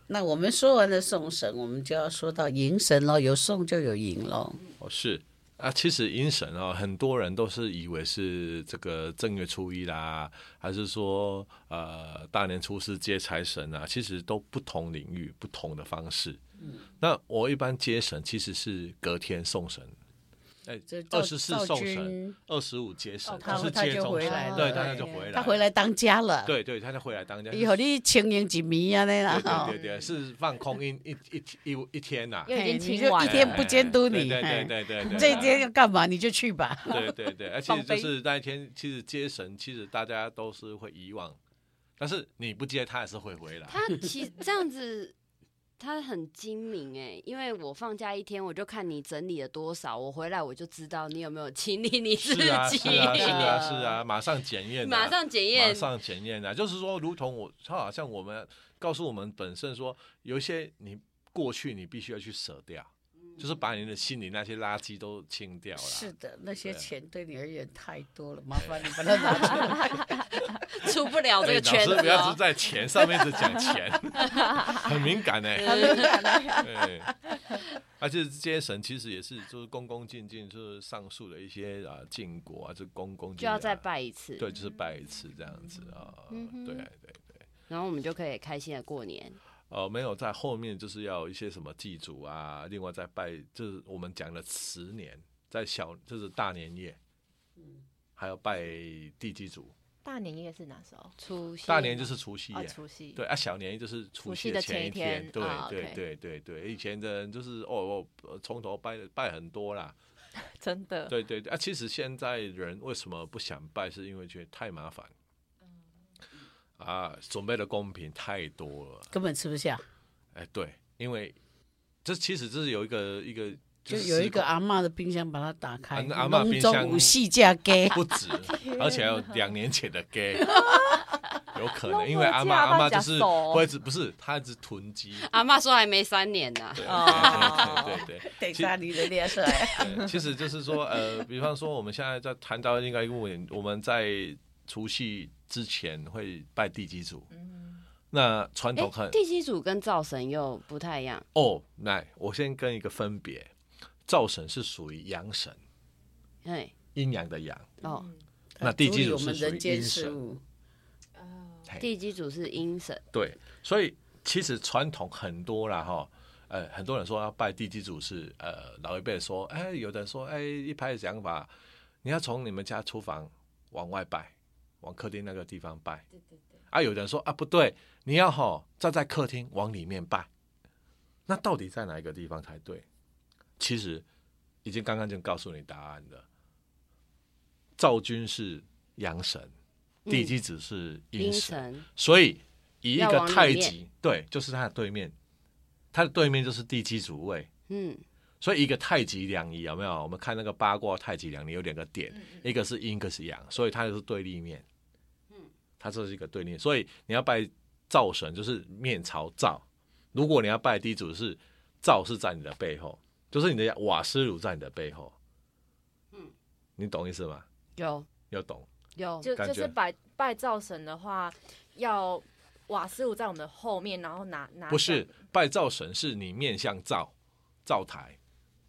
Speaker 4: 那我们说完了送神，我们就要说到迎神喽，有送就有迎喽。
Speaker 5: 哦，是啊，其实阴神啊、很多人都是以为是这个正月初一啦，还是说呃大年初四接财神啊，其实都不同领域、不同的方式。嗯，那我一般接神其实是隔天送神。哎
Speaker 4: 这，赵
Speaker 5: 二十四
Speaker 4: 赵
Speaker 5: 送
Speaker 4: 君
Speaker 5: 神，二十五接神，
Speaker 4: 他
Speaker 5: 是
Speaker 4: 他
Speaker 5: 接
Speaker 4: 就
Speaker 5: 中
Speaker 4: 回
Speaker 5: 神
Speaker 4: 来了
Speaker 5: 对，他就回来，
Speaker 4: 他回，来当家了，
Speaker 5: 对对，他就回来当家。
Speaker 4: 以后你清明几米啊那啦
Speaker 5: 对
Speaker 4: 哈
Speaker 5: 对对对，是放空一一一一一天呐，
Speaker 3: 因为已
Speaker 4: 嘿
Speaker 3: 经
Speaker 4: 你
Speaker 3: 清
Speaker 4: 就
Speaker 3: 完
Speaker 4: 一
Speaker 3: 了
Speaker 4: 天不监督
Speaker 5: 哎
Speaker 4: 你，
Speaker 5: 对
Speaker 4: 嘿
Speaker 5: 对对对对，
Speaker 4: 这一天要干嘛你就去
Speaker 1: <laughs>
Speaker 4: 吧。
Speaker 5: 对对对，而且就是那一天，其实接神，其实大家都是会遗忘，但是你不接，他还是会回来。
Speaker 1: 他其这样子。他很精明哎、因为我放假一天，我就看你整理了多少，我回来我就知道你有没有清理你自
Speaker 5: 是
Speaker 1: 己，
Speaker 5: 啊是啊是啊是啊，马上检验、
Speaker 1: <laughs>
Speaker 5: 啊，
Speaker 1: 马上检
Speaker 5: 马
Speaker 1: 验，
Speaker 5: 上检验啊！就是说，如同我，他好像我们告诉我们本身说，有一些你过去你必须要去舍掉，就是把你的心里那些垃圾都清掉了。
Speaker 4: 是的，那些
Speaker 5: 对啊
Speaker 4: 钱对你而言太多了，麻烦你把它拿 <laughs> 出来。
Speaker 1: 出不了这个
Speaker 5: 哎老
Speaker 1: 圈
Speaker 5: 师
Speaker 1: 子
Speaker 5: 不要
Speaker 1: 哦
Speaker 5: 是。在钱上面只讲
Speaker 1: <laughs>
Speaker 5: 钱，很敏感哎、对，而且这些神其实也是就是恭恭敬敬，就是上述的一些啊禁果啊，就恭恭敬
Speaker 1: 就要
Speaker 5: 敬
Speaker 1: 再
Speaker 5: 啊，
Speaker 1: 拜嗯一次，
Speaker 5: 对，就是拜一次这样子啊，对对对，
Speaker 1: 然后我们就可以开心的过年。
Speaker 5: 呃，没有在后面就是要有一些什么祭祖啊，另外再拜，就是我们讲的十年，在小就是大年夜，
Speaker 1: 嗯
Speaker 5: 还要拜地基主，
Speaker 3: 大年夜是哪时候？
Speaker 1: 初夕
Speaker 5: 大年就是除夕
Speaker 3: 啊，
Speaker 5: 夜，
Speaker 3: 除
Speaker 5: <laughs>
Speaker 3: 夕。
Speaker 5: 对啊，小年就是除
Speaker 3: 除
Speaker 5: 夕
Speaker 3: 夕的
Speaker 5: 的前
Speaker 3: 前
Speaker 5: 一
Speaker 3: 一
Speaker 5: 天，
Speaker 3: 天
Speaker 5: 对
Speaker 3: 啊
Speaker 5: 对
Speaker 3: OK
Speaker 5: 对对对，以前的人就是哦，我呃从头拜拜很多啦，
Speaker 2: 真的，
Speaker 5: 对对对啊，其实现在人为什么不想拜，是因为觉得太麻烦，啊，准备的贡品太多了，
Speaker 4: 根本吃不下。
Speaker 5: 哎，对，因为这其实这是有一个一个
Speaker 4: 就是有一
Speaker 5: 习
Speaker 4: 个
Speaker 5: 惯
Speaker 4: 阿嬷的冰箱，把它打开，
Speaker 5: 啊那阿嬷冰箱
Speaker 4: 中午戏嫁 <laughs> 给
Speaker 5: 不止，而且还有两年前的 gay。有可能，因为
Speaker 2: 弄
Speaker 5: 阿
Speaker 2: 不
Speaker 5: 妈
Speaker 2: 下
Speaker 5: 阿
Speaker 2: 巴
Speaker 5: 妈就
Speaker 2: 夹
Speaker 5: 是
Speaker 2: 手
Speaker 5: 会一直不是，她一直囤积，
Speaker 1: 阿妈说还没三年呢、
Speaker 5: 对
Speaker 2: 哦
Speaker 5: 对对对对，
Speaker 6: 等一
Speaker 5: 其
Speaker 6: 下你的脸出来，
Speaker 5: 对其实就是说，呃，比方说我们现在在谈到另外一个问题，我们在除夕之前会拜地基主，
Speaker 4: 嗯
Speaker 5: 那传统很、
Speaker 1: 地基组跟灶神又不太一样，
Speaker 5: 哦，来，我先跟一个分别，灶神是属于阳神，
Speaker 1: 哎，
Speaker 5: 阴阳的阳，
Speaker 1: 哦，
Speaker 5: <laughs> 那地基
Speaker 4: 呃注
Speaker 5: 主
Speaker 4: 意我
Speaker 5: 是
Speaker 4: 们
Speaker 5: 属于
Speaker 4: 人
Speaker 5: 阴
Speaker 4: 间事
Speaker 5: 神，
Speaker 4: 物，
Speaker 5: 嘿
Speaker 1: 地基组是阴神，
Speaker 5: 对，所以其实传统很多啦哈。呃，很多人说要拜地基主是，呃，老一辈说，哎，有的人说，哎，一派想法，你要从你们家厨房往外拜，往客厅那个地方拜。对对对。啊，有的人说啊，不对，你要吼站在客厅往里面拜，那到底在哪一个地方才对？其实已经刚刚就告诉你答案了。赵君是阳神，地基子是阴
Speaker 1: 阴
Speaker 5: 神，
Speaker 1: 神，
Speaker 5: 所以以一
Speaker 1: 要
Speaker 5: 个
Speaker 1: 往
Speaker 5: 太
Speaker 1: 里面
Speaker 5: 极，对，就是他的对面，他的对面就是地基主位，
Speaker 1: 嗯，
Speaker 5: 所以一个太极两仪有没有？我们看那个八卦太极两仪有两个
Speaker 1: 嗯
Speaker 5: 点，一个是阴，一个是阳，所以它就是对立面。
Speaker 1: 嗯
Speaker 5: 它这是一个对立面，所以你要拜灶神就是面朝灶。如果你要拜地主是灶是在你的背后，就是你的瓦斯炉在你的背后。
Speaker 1: 嗯
Speaker 5: 你懂意思吗？
Speaker 1: 有
Speaker 5: 要懂。
Speaker 1: 有，
Speaker 3: 就
Speaker 5: 感
Speaker 3: 就
Speaker 5: 觉
Speaker 3: 是拜拜灶神的话，要瓦斯炉在我们的后面，然后拿拿
Speaker 5: 不是
Speaker 3: 着
Speaker 5: 拜灶神，是你面向灶灶台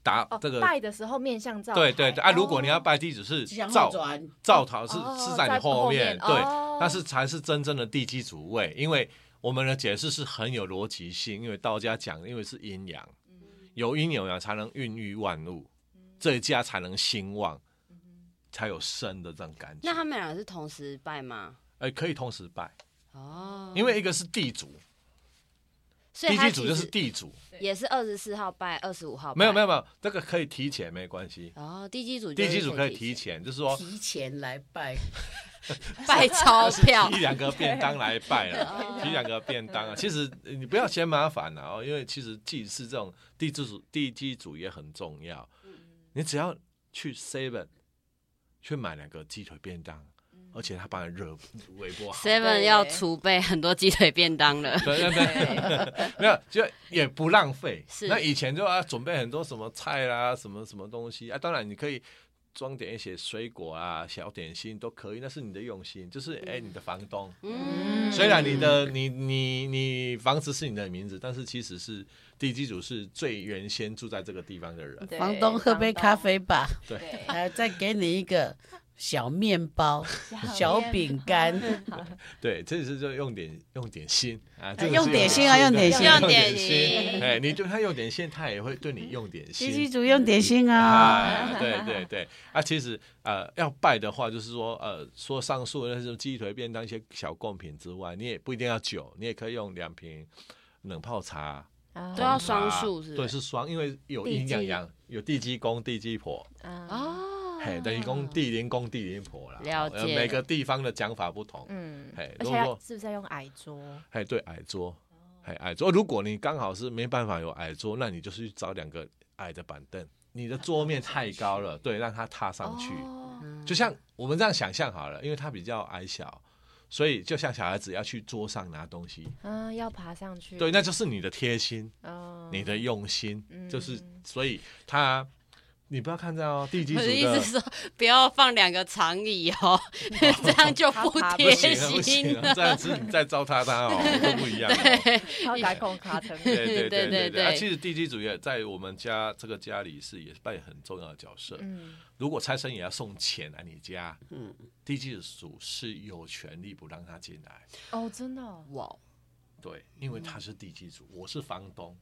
Speaker 5: 打
Speaker 3: 哦，
Speaker 5: 这个。
Speaker 3: 拜的时候面向灶台，
Speaker 5: 对对对啊！如果你要
Speaker 3: 哦
Speaker 5: 拜地主是
Speaker 6: 向后
Speaker 5: 灶
Speaker 6: 转，
Speaker 5: 灶头是、
Speaker 3: 哦
Speaker 5: 是在你
Speaker 3: 在
Speaker 5: 后
Speaker 3: 后
Speaker 5: 面，
Speaker 3: 面
Speaker 5: 对，
Speaker 3: 哦
Speaker 5: 但是才是真正的地基主位，因为我们的解释是很有逻辑性，因为道家讲，因为是阴阳，有阴有阳才能孕育万物，这一家才能兴旺，才有生的这种感觉
Speaker 1: 那。他们俩是同时拜吗？
Speaker 5: 哎，可以同时拜，
Speaker 1: 哦，
Speaker 5: 因为一个是地主，
Speaker 1: 所以
Speaker 5: 地
Speaker 1: 他
Speaker 5: 基
Speaker 1: 其
Speaker 5: 组
Speaker 1: 实
Speaker 5: 就是嗯地主，
Speaker 1: 也是二十四号拜，二十五号拜
Speaker 5: 没有没有没有，这个可以提前没关系，
Speaker 1: 哦，地基组就
Speaker 5: 地
Speaker 1: 是
Speaker 5: 基组可以
Speaker 1: 提
Speaker 5: 提前，就是说
Speaker 6: 提前来拜，
Speaker 1: 拜钞票
Speaker 5: <laughs> 提两个便当来拜了
Speaker 1: 哦，
Speaker 5: 提两个便当啊。其实呃你不要嫌麻烦啊，哦因为其实祭祀这种地基组地基组也很重要，你只要去 Seven 去买两个鸡腿便当，而且他把 <laughs> 热微波好。
Speaker 1: ，Seven
Speaker 3: 对
Speaker 1: 要储备很多鸡腿便当了。
Speaker 5: <laughs> 对对
Speaker 6: <laughs>
Speaker 5: 对，没有就也不浪费。
Speaker 1: 是
Speaker 5: 那以前就要准备很多什么菜啦，什么什么东西啊，当然你可以装点一些水果啊、小点心都可以，那是你的用心，就是哎、你的房东。
Speaker 1: 嗯，
Speaker 5: 虽然你的你你你房子是你的名字，但是其实是地基主是最原先住在这个地方的人。
Speaker 3: 对
Speaker 4: 房东喝杯咖，啡吧，
Speaker 3: 房东对，
Speaker 4: 还再给你一个小面包、小饼干，
Speaker 5: 对，这次就用点用点心啊，这个是
Speaker 6: 用点心啊，用点心，
Speaker 1: 用
Speaker 5: 用点
Speaker 1: 点
Speaker 5: 心。哎，你对他用点心，他也会对你用点心。
Speaker 6: 地基主用点心
Speaker 4: 哎
Speaker 6: 啊，
Speaker 1: <laughs>
Speaker 5: 啊，对对对，啊，其实呃，要拜的话，就是说呃，说上述的那种鸡腿便当一些小贡品之外，你也不一定要酒，你也可以用两瓶冷泡茶，
Speaker 3: 啊
Speaker 1: 都
Speaker 5: 啊
Speaker 1: 要双数是不
Speaker 5: 对，
Speaker 1: 是
Speaker 5: 是双，因为有
Speaker 2: 地
Speaker 5: 阴阳
Speaker 2: 基
Speaker 5: 阳，有地基公、地基婆，
Speaker 3: 嗯
Speaker 1: 哦，
Speaker 5: 嘿，等于公地灵公、地灵婆啦，
Speaker 1: 了
Speaker 5: 呃
Speaker 1: 解
Speaker 5: 每个地方的讲法不同，
Speaker 3: 嗯，
Speaker 5: 嘿，
Speaker 3: 而
Speaker 5: 如
Speaker 3: 且要
Speaker 5: 果
Speaker 3: 是不是要用矮桌？
Speaker 5: 嘿对矮桌，嘿矮桌，如果你刚好是没办法有矮桌，那你就是去找两个矮的板凳。你的桌面太高了，对，让它踏上去。
Speaker 1: 哦
Speaker 5: 就像我们这样想象好了，因为它比较矮小，所以就像小孩子要去桌上拿东西，
Speaker 3: 嗯，要爬上去。
Speaker 5: 对，那就是你的贴心，
Speaker 3: 嗯，
Speaker 5: <laughs> 你的用心，
Speaker 3: 嗯
Speaker 5: 就是所以他，你不要看到哦，地基
Speaker 1: 我
Speaker 5: 组
Speaker 1: 的意思是
Speaker 5: 的。
Speaker 1: 说，不要放两个长椅
Speaker 5: <laughs>
Speaker 1: 哦，这样就不
Speaker 5: 不
Speaker 1: 贴
Speaker 5: 行啊，不
Speaker 1: 心
Speaker 5: 行啊！
Speaker 1: 了。
Speaker 5: 这样子你在糟蹋他哦，都不一样、
Speaker 1: <laughs>
Speaker 3: 要
Speaker 5: 哦。
Speaker 3: 改口卡成。
Speaker 2: <laughs>
Speaker 5: 对对对
Speaker 1: 对
Speaker 5: 对
Speaker 1: 对
Speaker 5: 对。啊，其实地基主也在我们家这个家里是也是扮演很重要的角色。
Speaker 3: 嗯，
Speaker 5: 如果财神也要送钱来你家，
Speaker 4: 嗯
Speaker 5: 嗯，地基主是有权利不让他进来。
Speaker 3: 哦，真的哦，
Speaker 1: 哇，
Speaker 5: 对，因为他是地基主，我是房东，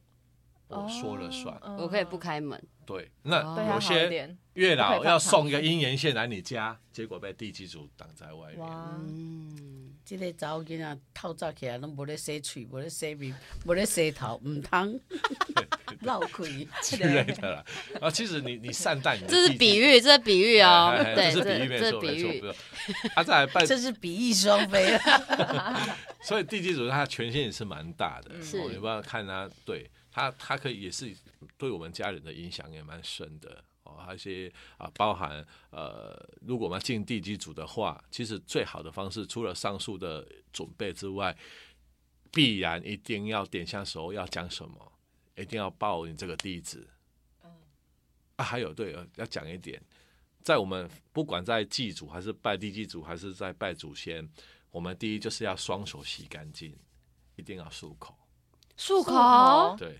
Speaker 2: 哦
Speaker 5: 我说了算。
Speaker 3: 嗯
Speaker 1: 我可以不开门，
Speaker 5: 对，那
Speaker 3: 对啊
Speaker 5: 有
Speaker 3: 好一
Speaker 5: 些
Speaker 3: 点。
Speaker 5: 月
Speaker 3: 不可以
Speaker 5: 老
Speaker 3: 放长
Speaker 5: 要送一
Speaker 3: 线
Speaker 5: 个姻缘线来你家，结果被地基主挡在外面。
Speaker 3: 哇，
Speaker 1: 嗯，
Speaker 6: 这个查某囡
Speaker 4: 啊
Speaker 6: 仔透早起来拢无咧洗喙，无咧洗面，无咧洗头，毋通闹开。
Speaker 4: 啊
Speaker 5: 之类的啦，啊，其实你你善待你的
Speaker 1: 这是
Speaker 5: 地基
Speaker 1: 比喻，这是比喻哦
Speaker 5: 哎，哎
Speaker 1: 对，
Speaker 5: 这是比喻，没
Speaker 1: 这
Speaker 5: 错
Speaker 1: 是
Speaker 5: 没
Speaker 1: 比
Speaker 5: 错
Speaker 1: 喻，
Speaker 5: 没错。啊，再来拜，
Speaker 6: 这是比翼双飞。
Speaker 4: 啊
Speaker 5: 所以地基主他的权限也是蛮大的，
Speaker 1: 是
Speaker 5: 哦你不要看他，对他他可以也是对我们家人的影响也蛮深的哦，还有一些啊包含呃，如果我们要进地基组的话，其实最好的方式除了上述的准备之外，必然一定要点香时候要讲什么，一定要报你这个地址。啊，还有对，呃要讲一点，在我们不管在祭祖还是拜地基祖，还是在拜祖先，我们第一就是要双手洗干净，一定要漱口。
Speaker 1: 漱口
Speaker 2: 哦
Speaker 3: 口
Speaker 5: 对，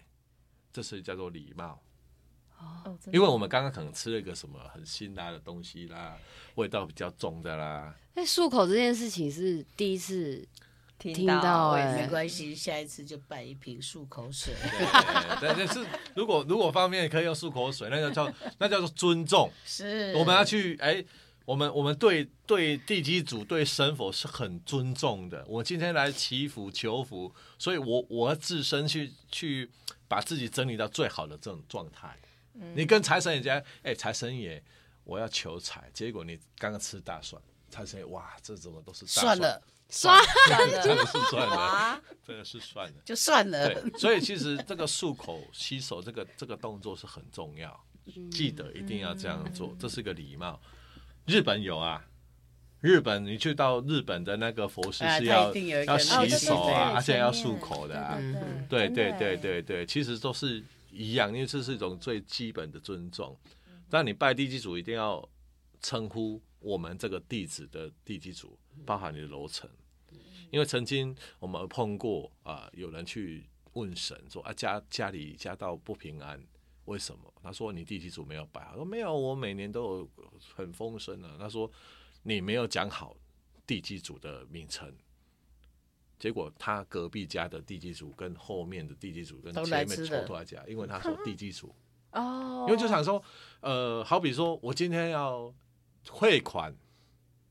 Speaker 5: 这是叫做礼貌。
Speaker 3: 哦，真的
Speaker 5: 因为我们刚刚可能吃了一个什么很辛辣的东西啦，味道比较重的啦。
Speaker 1: 哎，漱口这件事情是第一次
Speaker 2: 听
Speaker 1: 听到
Speaker 6: 没
Speaker 1: 哎，
Speaker 6: 关系，下一次就摆一瓶漱口水。
Speaker 5: 对，但但是如果如果方便可以用漱口水，那就叫那叫做尊重。
Speaker 6: 是，
Speaker 5: 我们要去哎。我们我们对对地基主对神佛是很尊重的。我今天来祈福求福，所以我我要自身去去把自己整理到最好的这种状态。
Speaker 6: 嗯
Speaker 5: 你跟财神爷讲，哎，财神爷，我要求财，结果你刚刚吃大蒜，财神爷哇，这怎么都是大
Speaker 6: 算了，
Speaker 5: 算了， <laughs> 真的是算
Speaker 6: <laughs>
Speaker 5: 了，真的是算了。
Speaker 6: 就算了。
Speaker 5: 对，所以其实这个漱口、洗手这个这个动作是很重要，
Speaker 6: 嗯
Speaker 5: 记得一定要这样做，这是个礼貌。日本有啊，日本你去到日本的那个佛寺
Speaker 6: 啊
Speaker 5: 是
Speaker 6: 它
Speaker 5: 要、
Speaker 6: 一定有一个
Speaker 5: 要
Speaker 6: 哦
Speaker 5: 洗
Speaker 6: 对
Speaker 5: 手
Speaker 6: 对对
Speaker 2: 아,
Speaker 5: 啊，而且要漱口的啊，
Speaker 3: 嗯
Speaker 2: 네,
Speaker 5: 对对
Speaker 2: 欸
Speaker 5: 对，对对，其实都是一样，因为这是一种最基本的尊重。但你拜地基主一定要称呼我们这个地址的地基主，包含你的楼层，因为曾经我们碰过啊、有人去问神说啊家家里家道不平安。为什么？他说你地基主没有摆好。他说没有，我每年都有很丰盛啊。他说你没有讲好地基主的名称，结果他隔壁家的地基主跟后面的地基主跟
Speaker 6: 都来
Speaker 5: 前面
Speaker 6: 吃
Speaker 5: 抽
Speaker 6: 的
Speaker 5: 多家，啊因为他
Speaker 6: <laughs>
Speaker 5: 说地基主，
Speaker 3: 哦，
Speaker 5: 아.因为就想说，呃，好比说我今天要汇款，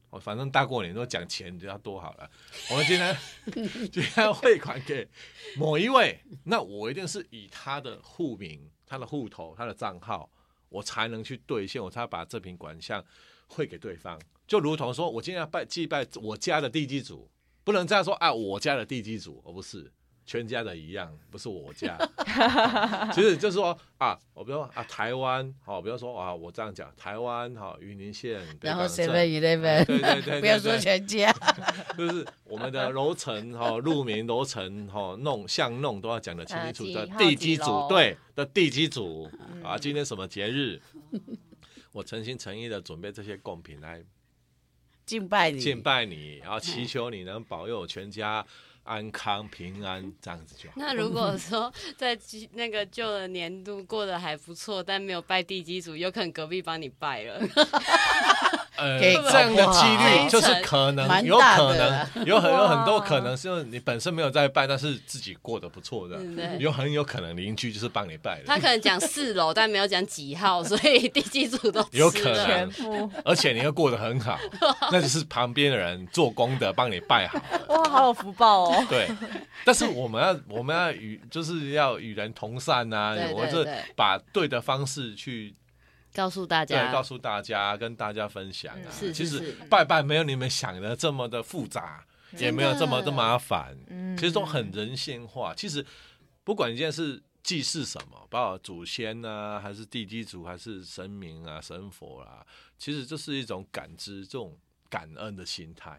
Speaker 5: 我反正大过年都讲钱就要多好了。我们今天 <laughs> 今天汇款给某一位，那我一定是以他的户名、他的户头、他的账号，我才能去兑现，我才把这笔款项汇给对方。就如同说我今天要拜祭拜我家的地基主，不能这样说啊，我家的地基主，而不是。全家的一样，不是我家。 <laughs> 其实就是说啊，我比如说啊，台湾，好、比如说啊，我这样讲，台湾哈、云林县，北
Speaker 4: 然后
Speaker 5: 港镇
Speaker 4: seven eleven，
Speaker 5: 对对对，
Speaker 4: <laughs> 不要
Speaker 5: 对
Speaker 4: 说
Speaker 5: 对
Speaker 4: 全家，
Speaker 5: 就是我们的楼层哈、路名、楼层哈、弄巷弄都要讲的清清楚楚。
Speaker 3: 呃
Speaker 5: 的
Speaker 3: 几号
Speaker 5: 地基
Speaker 3: 几
Speaker 5: 组
Speaker 3: 楼
Speaker 5: 对的地基组啊，今天什么节日？我诚心诚意的准备这些贡品来
Speaker 4: 敬拜你，
Speaker 5: 敬拜你，然后祈求你能保佑我全家安康平安，这样子就好。
Speaker 1: <laughs> 那如果说在基那个旧的年度过得还不错，但没有拜地基组，有可能隔壁帮你拜了。 <laughs>
Speaker 5: 呃，
Speaker 4: 给
Speaker 5: 这样的几率就是可能，
Speaker 4: 蛮
Speaker 5: 有
Speaker 4: 大
Speaker 5: 可
Speaker 4: 的
Speaker 5: 能，
Speaker 4: 啦
Speaker 5: 有很有很多可能是因为你本身没有在拜，但是自己过得不错的
Speaker 1: 嗯对，
Speaker 5: 有很有可能邻居就是帮你拜
Speaker 1: 他
Speaker 5: 的，
Speaker 1: 可能讲四楼，但没有讲几号，所以地基组都吃
Speaker 5: 有可
Speaker 1: 了
Speaker 5: 能
Speaker 2: 全部
Speaker 5: 而且你又过得
Speaker 1: <laughs>
Speaker 5: 很好，那就是旁边的人做工的帮你拜好了。
Speaker 2: 哇，好有福报哦！
Speaker 5: 对，但是我们要我们要与就是要与人同善呐、
Speaker 1: 对对
Speaker 5: 我们是
Speaker 1: 对
Speaker 5: 把对的方式去
Speaker 1: 告诉大
Speaker 5: 对
Speaker 1: 家，嗯
Speaker 5: 告诉大家，跟大家分享啊。
Speaker 1: 是是
Speaker 5: 其
Speaker 1: 是嗯
Speaker 5: 实拜拜没有你们想的这么的复杂，也没有这么的麻烦，
Speaker 3: 嗯
Speaker 5: 其实都很人性化。其实不管你现在是祭祀什么，包括祖先啊，还是地基主，还是神明啊、神佛啦、其实这是一种感知、这种感恩的心态，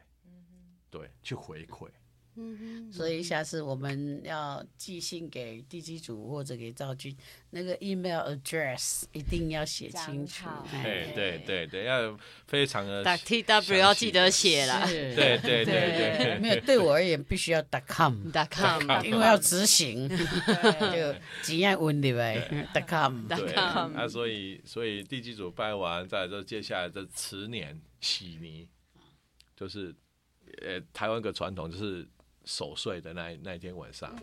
Speaker 5: 对，去回馈。
Speaker 1: 嗯哼
Speaker 4: 所以下次我们要寄信给地基组或者给赵军，那个 email address 一定要写清楚
Speaker 3: 讲好。
Speaker 5: 对
Speaker 4: 哎
Speaker 5: 对对对，要非常的
Speaker 1: 打 T W 要记得写啦，
Speaker 4: 是
Speaker 5: 对对对对 <laughs>
Speaker 4: 对，没有对我而言必须要 dot com，
Speaker 1: 打 com
Speaker 4: 因为要执行，就尽量问对吧？dot com，
Speaker 5: 对，
Speaker 1: 看
Speaker 5: 啊，所以所以地基组拜完，再来就接下来这辞年洗泥，就是呃台湾有个传统就是守岁的那一那一天晚上，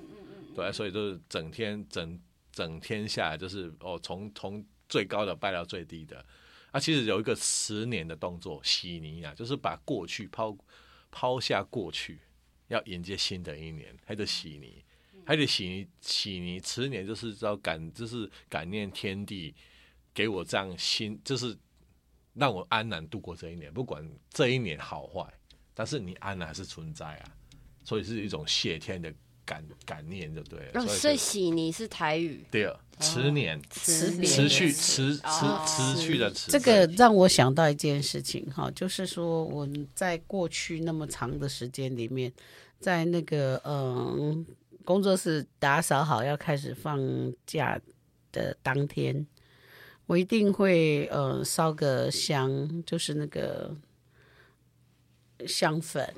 Speaker 5: 对，啊所以就是整天整整天下来就是哦从从最高的拜到最低的，啊，其实有一个十年的动作洗泥啊，就是把过去抛抛下过去，要迎接新的一年，还得洗泥。还得洗泥洗泥辞年，就是要感，就是感念天地给我这样心，就是让我安然度过这一年，不管这一年好坏，但是你安然还是存在啊，所以是一种谢天的感感念，就对了。
Speaker 1: 哦，所
Speaker 5: 所
Speaker 1: 以
Speaker 5: 以
Speaker 1: 洗泥是台语，
Speaker 5: 第二辞年
Speaker 1: 辞
Speaker 4: 年
Speaker 5: 持续持持
Speaker 3: 哦
Speaker 5: 持续的持
Speaker 4: 这个让我想到一件事情哈，就是说我们在过去那么长的时间里面，在那个嗯工作室打扫好要开始放假的当天，我一定会呃烧个香，就是那个香粉。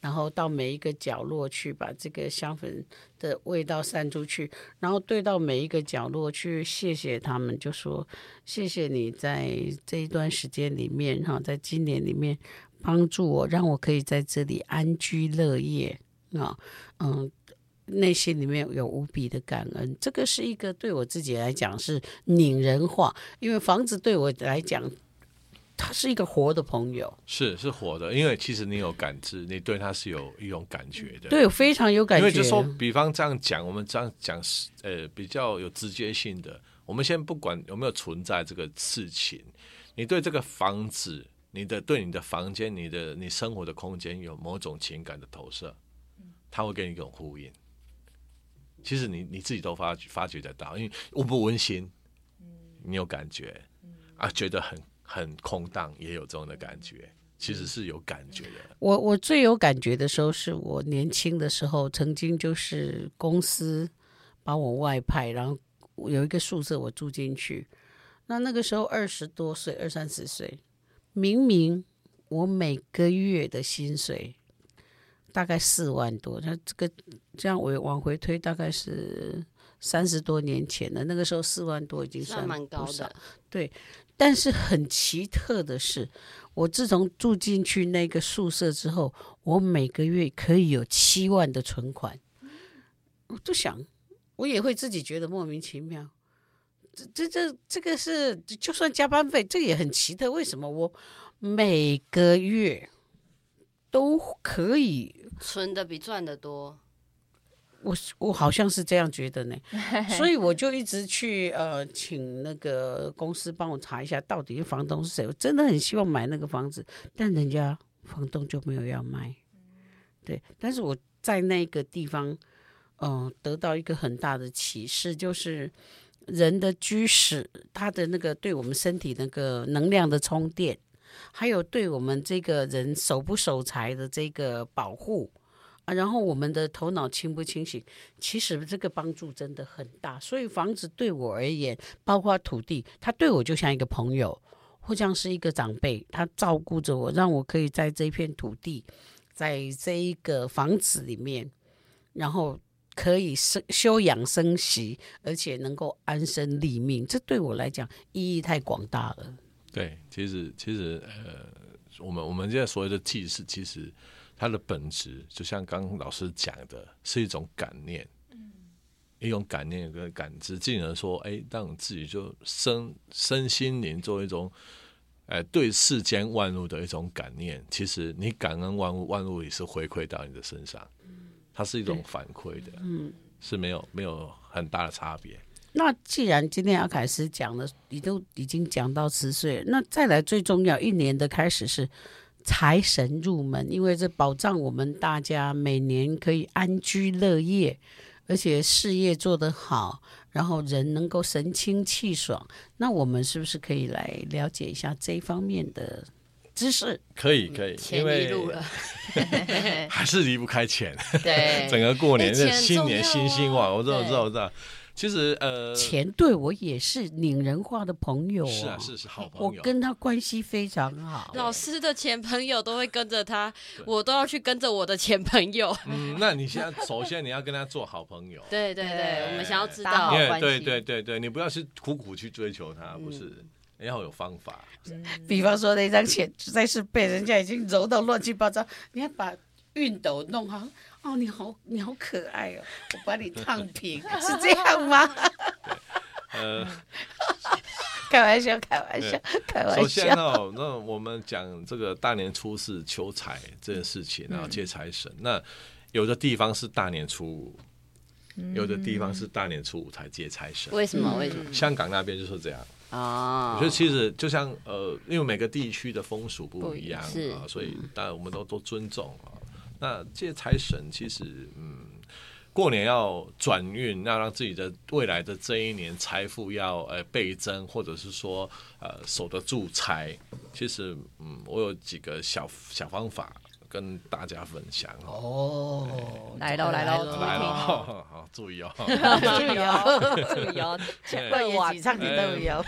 Speaker 4: 然后到每一个角落去，把这个香粉的味道散出去，然后对到每一个角落去，谢谢他们，就说谢谢你在这一段时间里面哈，在今年里面帮助我，让我可以在这里安居乐业啊，嗯。内心里面有无比的感恩，这个是一个对我自己来讲是拟人化，因为房子对我来讲，它是一个活的朋友，
Speaker 5: 是是火的，因为其实你有感知，你对它是有一种感觉的。
Speaker 4: 对我非常有感
Speaker 5: 因
Speaker 4: 觉。
Speaker 5: 为就说，比方这样讲，我们这样讲是呃比较有直接性的。我们先不管有没有存在这个事情，你对这个房子、你的对你的房间、你的你生活的空间有某种情感的投射，它会给你一种呼应。其实你你自己都发觉发觉得到，因为温不温馨，你有感觉啊，觉得很很空荡，也有这种的感觉，其实是有感觉的。
Speaker 4: 我我最有感觉的时候是我年轻的时候，曾经就是公司把我外派，然后有一个宿舍我住进去。那那个时候二十多岁，二三十岁，明明我每个月的薪水大概四万多，那这个这样我往回推大概是三十多年前了。那个时候四万多已经
Speaker 1: 算蛮高
Speaker 4: 不少
Speaker 1: 的。
Speaker 4: 但是很奇特的是，我自从住进去那个宿舍之后，我每个月可以有七万的存款。我就想，我也会自己觉得莫名其妙。这这这这个是，就算加班费，这也很奇特。为什么我每个月都可以
Speaker 1: 存的比赚的多，
Speaker 4: 我是我好像是这样觉得呢，所以我就一直去呃请那个公司帮我查一下到底房东是谁。我真的很希望买那个房子，但人家房东就没有要卖。对，但是我在那个地方，嗯、得到一个很大的启示，就是人的居室，它的那个对我们身体那个能量的充电，还有对我们这个人守不守财的这个保护。啊，然后我们的头脑清不清醒，其实这个帮助真的很大。所以房子对我而言，包括土地，它对我就像一个朋友，或像是一个长辈，他照顾着我，让我可以在这片土地，在这一个房子里面，然后可以生休养生息，而且能够安身立命。这对我来讲意义太广大了。
Speaker 5: 对，其实其实呃，我们我们现在所谓的祭祀，其实它的本质，就像刚刚老师讲的，是一种感念，
Speaker 1: 嗯
Speaker 5: 一种感念跟感知，进而说，哎，让自己就身身心灵做一种，哎，对世间万物的一种感念。其实你感恩万物，万物也是回馈到你的身上，
Speaker 1: 嗯
Speaker 5: 它是一种反馈的，嗯，是没有没有很大的差别。
Speaker 4: 那既然今天阿凯斯讲了，你都已经讲到十岁了，那再来最重要一年的开始是财神入门，因为这保障我们大家每年可以安居乐业，而且事业做得好，然后人能够神清气爽。那我们是不是可以来了解一下这一方面的知识？
Speaker 5: 可以可以，
Speaker 1: 嗯钱
Speaker 5: 因
Speaker 1: 一
Speaker 5: 为
Speaker 1: 路了，
Speaker 5: 还是离不开钱。
Speaker 1: <laughs> 对，
Speaker 5: <laughs> 整个过
Speaker 1: 哎
Speaker 5: 年、
Speaker 1: 钱
Speaker 5: 这
Speaker 1: 很
Speaker 5: 新
Speaker 1: 重
Speaker 5: 年
Speaker 1: 要
Speaker 5: 新希
Speaker 1: 啊
Speaker 5: 望，我知道，我
Speaker 1: 对
Speaker 5: 知道，我知道。其实呃，
Speaker 4: 钱对我也是拟人化的朋友、哦，
Speaker 5: 是啊，是是好朋
Speaker 4: 我
Speaker 5: 友。
Speaker 4: 跟他关系非常好。
Speaker 1: 老师的前朋友都会跟着他，我都要去跟着我的前朋友。，
Speaker 5: 嗯，那你现在首先你要跟他做好朋友
Speaker 1: 哎对对对，我们想要知
Speaker 3: 打
Speaker 1: 道
Speaker 3: 好
Speaker 5: 因，为
Speaker 3: 关
Speaker 5: 对
Speaker 3: 系
Speaker 5: 对对对，你不要去苦苦去追求他，不是，
Speaker 1: 嗯
Speaker 5: 你要有方法。
Speaker 6: 比方说那张钱实在是被人家已经揉到乱七八糟，你要把熨斗弄好。哦，你好，你好可爱哦，我把你烫平，是这样吗？
Speaker 5: 呃，
Speaker 6: 开玩笑，开玩笑，开
Speaker 5: 首
Speaker 6: 玩
Speaker 5: 先
Speaker 6: 笑。
Speaker 5: 哦，那我们讲这个大年初四求财这件事情，
Speaker 1: 嗯
Speaker 5: 然后接财神。那有的地方是大年初五，有的地方是大年初五才接财
Speaker 1: 嗯
Speaker 5: 神。
Speaker 1: 为什么？为什么？
Speaker 5: 香港那边就是这样。
Speaker 1: 哦，
Speaker 5: 我觉得其实就像呃，因为每个地区的风俗不一样
Speaker 1: 不一
Speaker 5: 啊
Speaker 1: 样，
Speaker 5: 所以当然我们都都尊重啊。那借财神其实嗯，过年要转运，要让自己的未来的这一年财富要呃倍增，或者是说呃守得住财。其实嗯，我有几个小小方法跟大家分享哦。
Speaker 6: 哦，
Speaker 3: 来喽来喽，
Speaker 5: 来了，
Speaker 3: 注意
Speaker 5: 好注意哦。
Speaker 3: 听哦，注意哦，千
Speaker 6: 都
Speaker 3: 万
Speaker 6: 有
Speaker 3: 瓦
Speaker 6: 几唱你都有，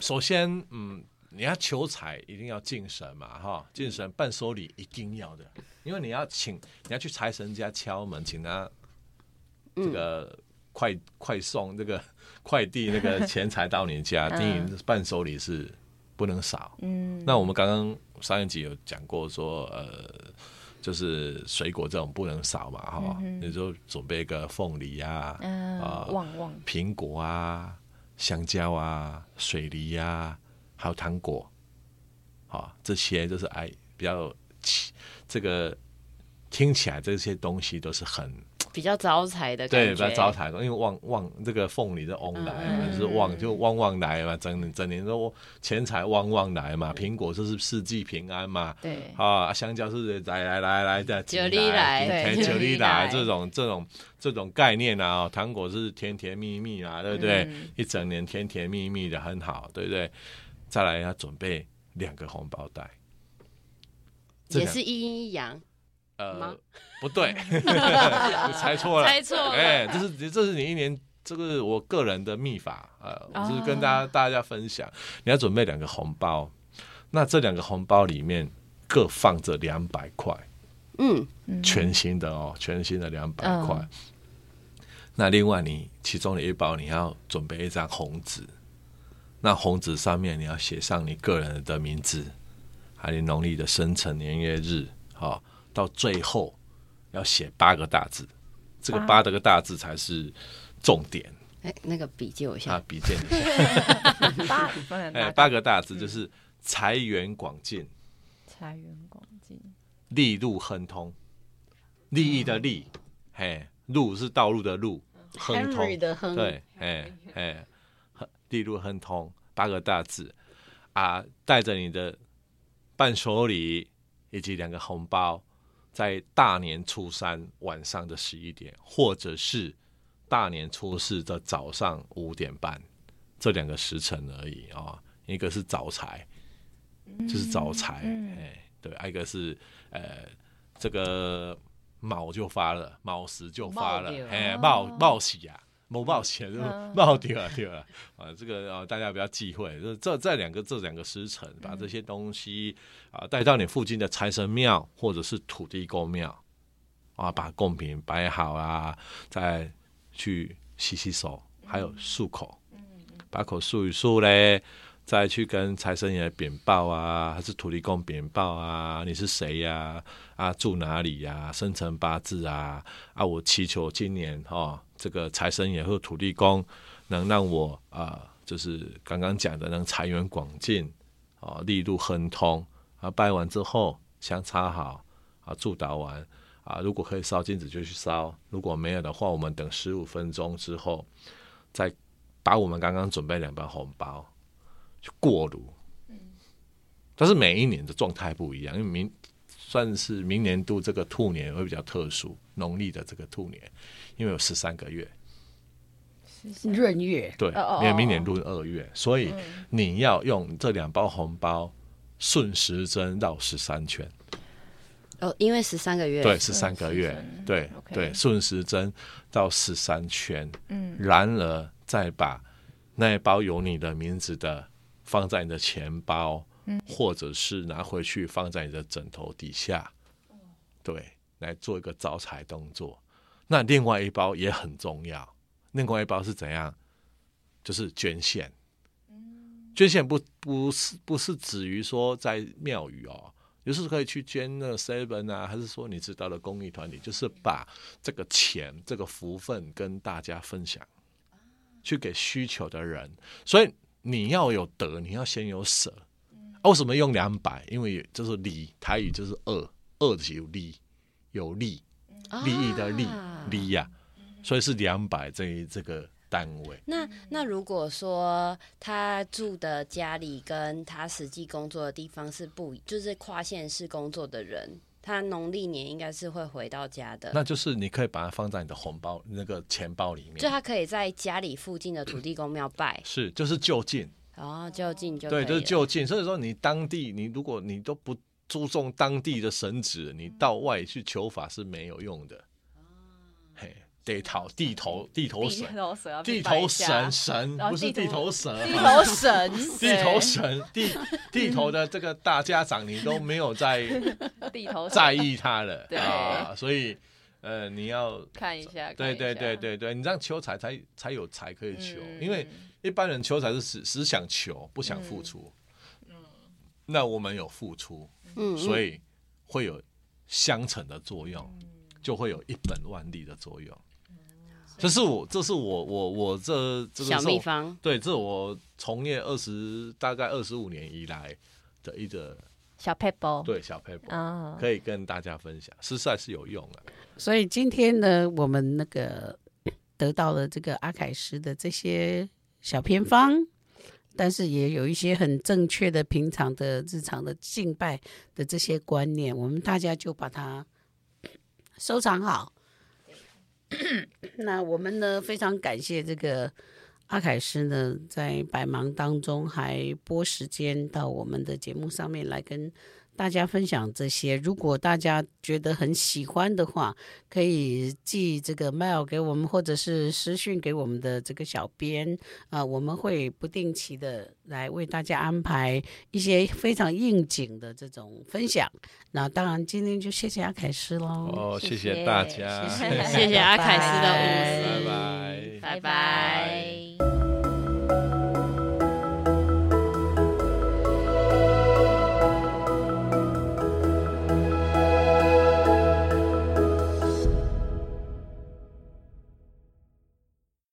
Speaker 5: 首先，嗯，你要求财一定要敬神嘛，哈，敬神伴手礼一定要的，因为你要请你要去财神家敲门，请他这个快、 <laughs> 快送这个快递那个钱财到你家，第一伴手礼是不能少。嗯，那我们刚刚上一集有讲过说，呃。就是水果这种不能少嘛，哈、你就准备一个凤梨啊，
Speaker 3: 嗯
Speaker 5: 啊，
Speaker 3: 旺旺，
Speaker 5: 苹果啊、香蕉啊、水梨啊，还有糖果，好、这些就是哎比较起这个听起来这些东西都是很
Speaker 1: 比较招财的
Speaker 5: 对
Speaker 1: 感
Speaker 5: 比
Speaker 1: 觉，
Speaker 5: 较招财的，因为旺旺这个凤梨的翁来
Speaker 1: 嗯
Speaker 5: 嘛，就是旺就旺旺来嘛，整整年都钱财旺旺来嘛，苹果就是四季平安嘛，
Speaker 3: 对，
Speaker 5: 啊，香蕉是来来来来的，
Speaker 1: 九粒来
Speaker 5: 甜
Speaker 3: 对
Speaker 5: 九
Speaker 3: 九
Speaker 5: 粒
Speaker 3: 粒
Speaker 5: 来
Speaker 3: 来
Speaker 5: 这种这种这种概念啊，糖果是甜甜蜜蜜啊，对不对？一整年甜甜蜜蜜的，很好，对不对？再来要准备两个红包袋，这
Speaker 1: 也
Speaker 5: 两
Speaker 1: 是一阴一
Speaker 5: <laughs>
Speaker 1: 阳，
Speaker 5: 呃
Speaker 1: 吗，
Speaker 5: 不对，你 <laughs> 猜错了，
Speaker 1: 猜错了。
Speaker 5: 哎，这是这是你一年，这个是我个人的秘法，呃，我是跟
Speaker 3: 哦
Speaker 5: 大家、大家分享，你要准备两个红包，那这两个红包里面各放着两百块。
Speaker 1: 嗯，
Speaker 5: 全新的哦，全新的两百
Speaker 3: 嗯
Speaker 5: 块。那另外你其中的一包你要准备一张红纸，那红纸上面你要写上你个人的名字，还有你农历的生辰年月日，好、到最后要写八个大字，这个八这个大字才是重点
Speaker 1: 哎，那个笔借我一下
Speaker 3: <laughs>
Speaker 5: 啊，，笔记。
Speaker 3: 八，不能
Speaker 2: 네,
Speaker 5: 哎，
Speaker 3: 拿
Speaker 5: 八个大字就是财源广进，
Speaker 2: 财源广进，
Speaker 5: 利路亨通，利益的利，嘿，路是道路的路，亨通
Speaker 4: Henry 的亨，
Speaker 5: 对，哎哎，亨利路亨通八个大字啊，带着你的伴手礼以及两个红包，在大年初三晚上的十一点，或者是大年初四的早上五点半，这两个时辰而已啊、哦一个是早财，就是早财，哎、对，啊一个是呃这个卯就发了，卯时就发了
Speaker 4: 卯掉，
Speaker 5: 哎，卯卯喜啊。某冒险，冒掉了，掉了啊！这个啊，大家不要忌讳，这这这两个这两个时辰，把这些东西啊带到你附近的财神庙或者是土地公庙啊，把贡品摆好啊，再去洗洗手，还有漱口，把口漱一漱嘞，再去跟财神爷禀报啊，还是土地公禀报啊，你是谁呀、啊？住哪里呀、生辰八字啊？啊，我祈求今年哦，这个财神爷或土地公能让我啊、就是刚刚讲的，能财源广进，哦，利路亨通。啊，拜完之后香插好，啊，祝祷完，啊，如果可以烧金纸就去烧，如果没有的话，我们等十五分钟之后，再把我们刚刚准备两包红包去过炉。但是每一年的状态不一样，因为明算是明年度这个兔年会比较特殊，农历的这个兔年，因为有十三个月，
Speaker 6: 闰月
Speaker 5: 对，因为明年度是二月，所以你要用这两包红包顺时针绕十三圈，
Speaker 1: 哦，因为十三个月，
Speaker 5: 对，十三个月，对对，顺时针到十三圈。嗯，然而再把那一包有你的名字的放在你的钱包，或者是拿回去放在你的枕头底下，对，来做一个招财动作。那另外一包也很重要，另外一包是怎样？就是捐献。捐献不不是不是止于说在庙宇哦，就是可以去捐那 seven 啊，还是说你知道的公益团体，就是把这个钱、这个福分跟大家分享，去给需求的人。所以你要有得，你要先有舍。啊、为什么用两百？因为就是利，台语就是二，二就是有利，有利，
Speaker 1: 啊
Speaker 5: 利益的利，利呀、所以是两百这一这个单位。
Speaker 1: 那那如果说他住的家里跟他实际工作的地方是不一，就是跨县市工作的人，他农历年应该是会回到家的。
Speaker 5: 那就是你可以把它放在你的红包那个钱包里
Speaker 1: 就
Speaker 5: 面，
Speaker 1: 他可以在家里附近的土地公庙拜，
Speaker 5: 是就是就近。
Speaker 1: 然后就近就
Speaker 5: 对，
Speaker 1: 可以
Speaker 5: 就是
Speaker 1: 了
Speaker 5: 就近。所以说，你当地，你如果你都不注重当地的神职，
Speaker 3: 嗯
Speaker 5: 你到外去求法是没有用的。嘿，得讨地头地头
Speaker 3: 哦地
Speaker 5: 神，
Speaker 3: 头蛇要
Speaker 5: 地
Speaker 3: 去拜一
Speaker 5: 头
Speaker 3: 下
Speaker 5: 神，神
Speaker 3: 然后
Speaker 5: 不是
Speaker 3: 地
Speaker 5: 地
Speaker 3: 头
Speaker 5: 头蛇，，
Speaker 3: 地头神
Speaker 5: 地头神地地头的这个大家长，你都没有在
Speaker 3: 对， <laughs> 地头神
Speaker 5: 在意他了
Speaker 3: 对
Speaker 5: 啊，所以呃，你要
Speaker 3: 看一下，
Speaker 5: 对对对
Speaker 3: 对，
Speaker 5: 对对，你这样求财才才有财可以求，
Speaker 3: 嗯
Speaker 5: 因为一般人求财是只只想求，不想付出。那我们有付出，
Speaker 1: 嗯，
Speaker 5: 所
Speaker 1: 以
Speaker 5: 以会有相乘的作用，就会有一本万利的作用。这是我，这是我，我我这这个
Speaker 1: 小
Speaker 5: 是
Speaker 1: 秘
Speaker 5: 我
Speaker 1: 方
Speaker 5: 对，这是我从业二十大概二十五年以来的一个
Speaker 3: 小 paper
Speaker 5: 对小 paper，、
Speaker 3: 啊，
Speaker 5: 可以跟大家分享，实在是有用啊。
Speaker 4: 所以今天呢，我们那个 <coughs> 得到了这个阿凯师的这些小偏方，但是也有一些很正确的平常的日常的敬拜的这些观念，我们大家就把它收藏好。那我们呢，非常感谢这个阿凯师呢，在百忙当中还拨时间到我们的节目上面来跟大家分享这些。如果大家觉得很喜欢的话，可以寄这个 mail 给我们，或者是私讯给我们的这个小编啊、我们会不定期的来为大家安排一些非常应景的这种分享。那当然，今天就谢谢阿凯师喽，
Speaker 5: 哦，谢
Speaker 3: 谢
Speaker 5: 大家，
Speaker 4: 嗯谢
Speaker 1: 谢谢阿凯斯的
Speaker 4: 拜
Speaker 1: 五
Speaker 5: 拜
Speaker 1: 十
Speaker 5: 拜。
Speaker 1: 拜
Speaker 3: 拜拜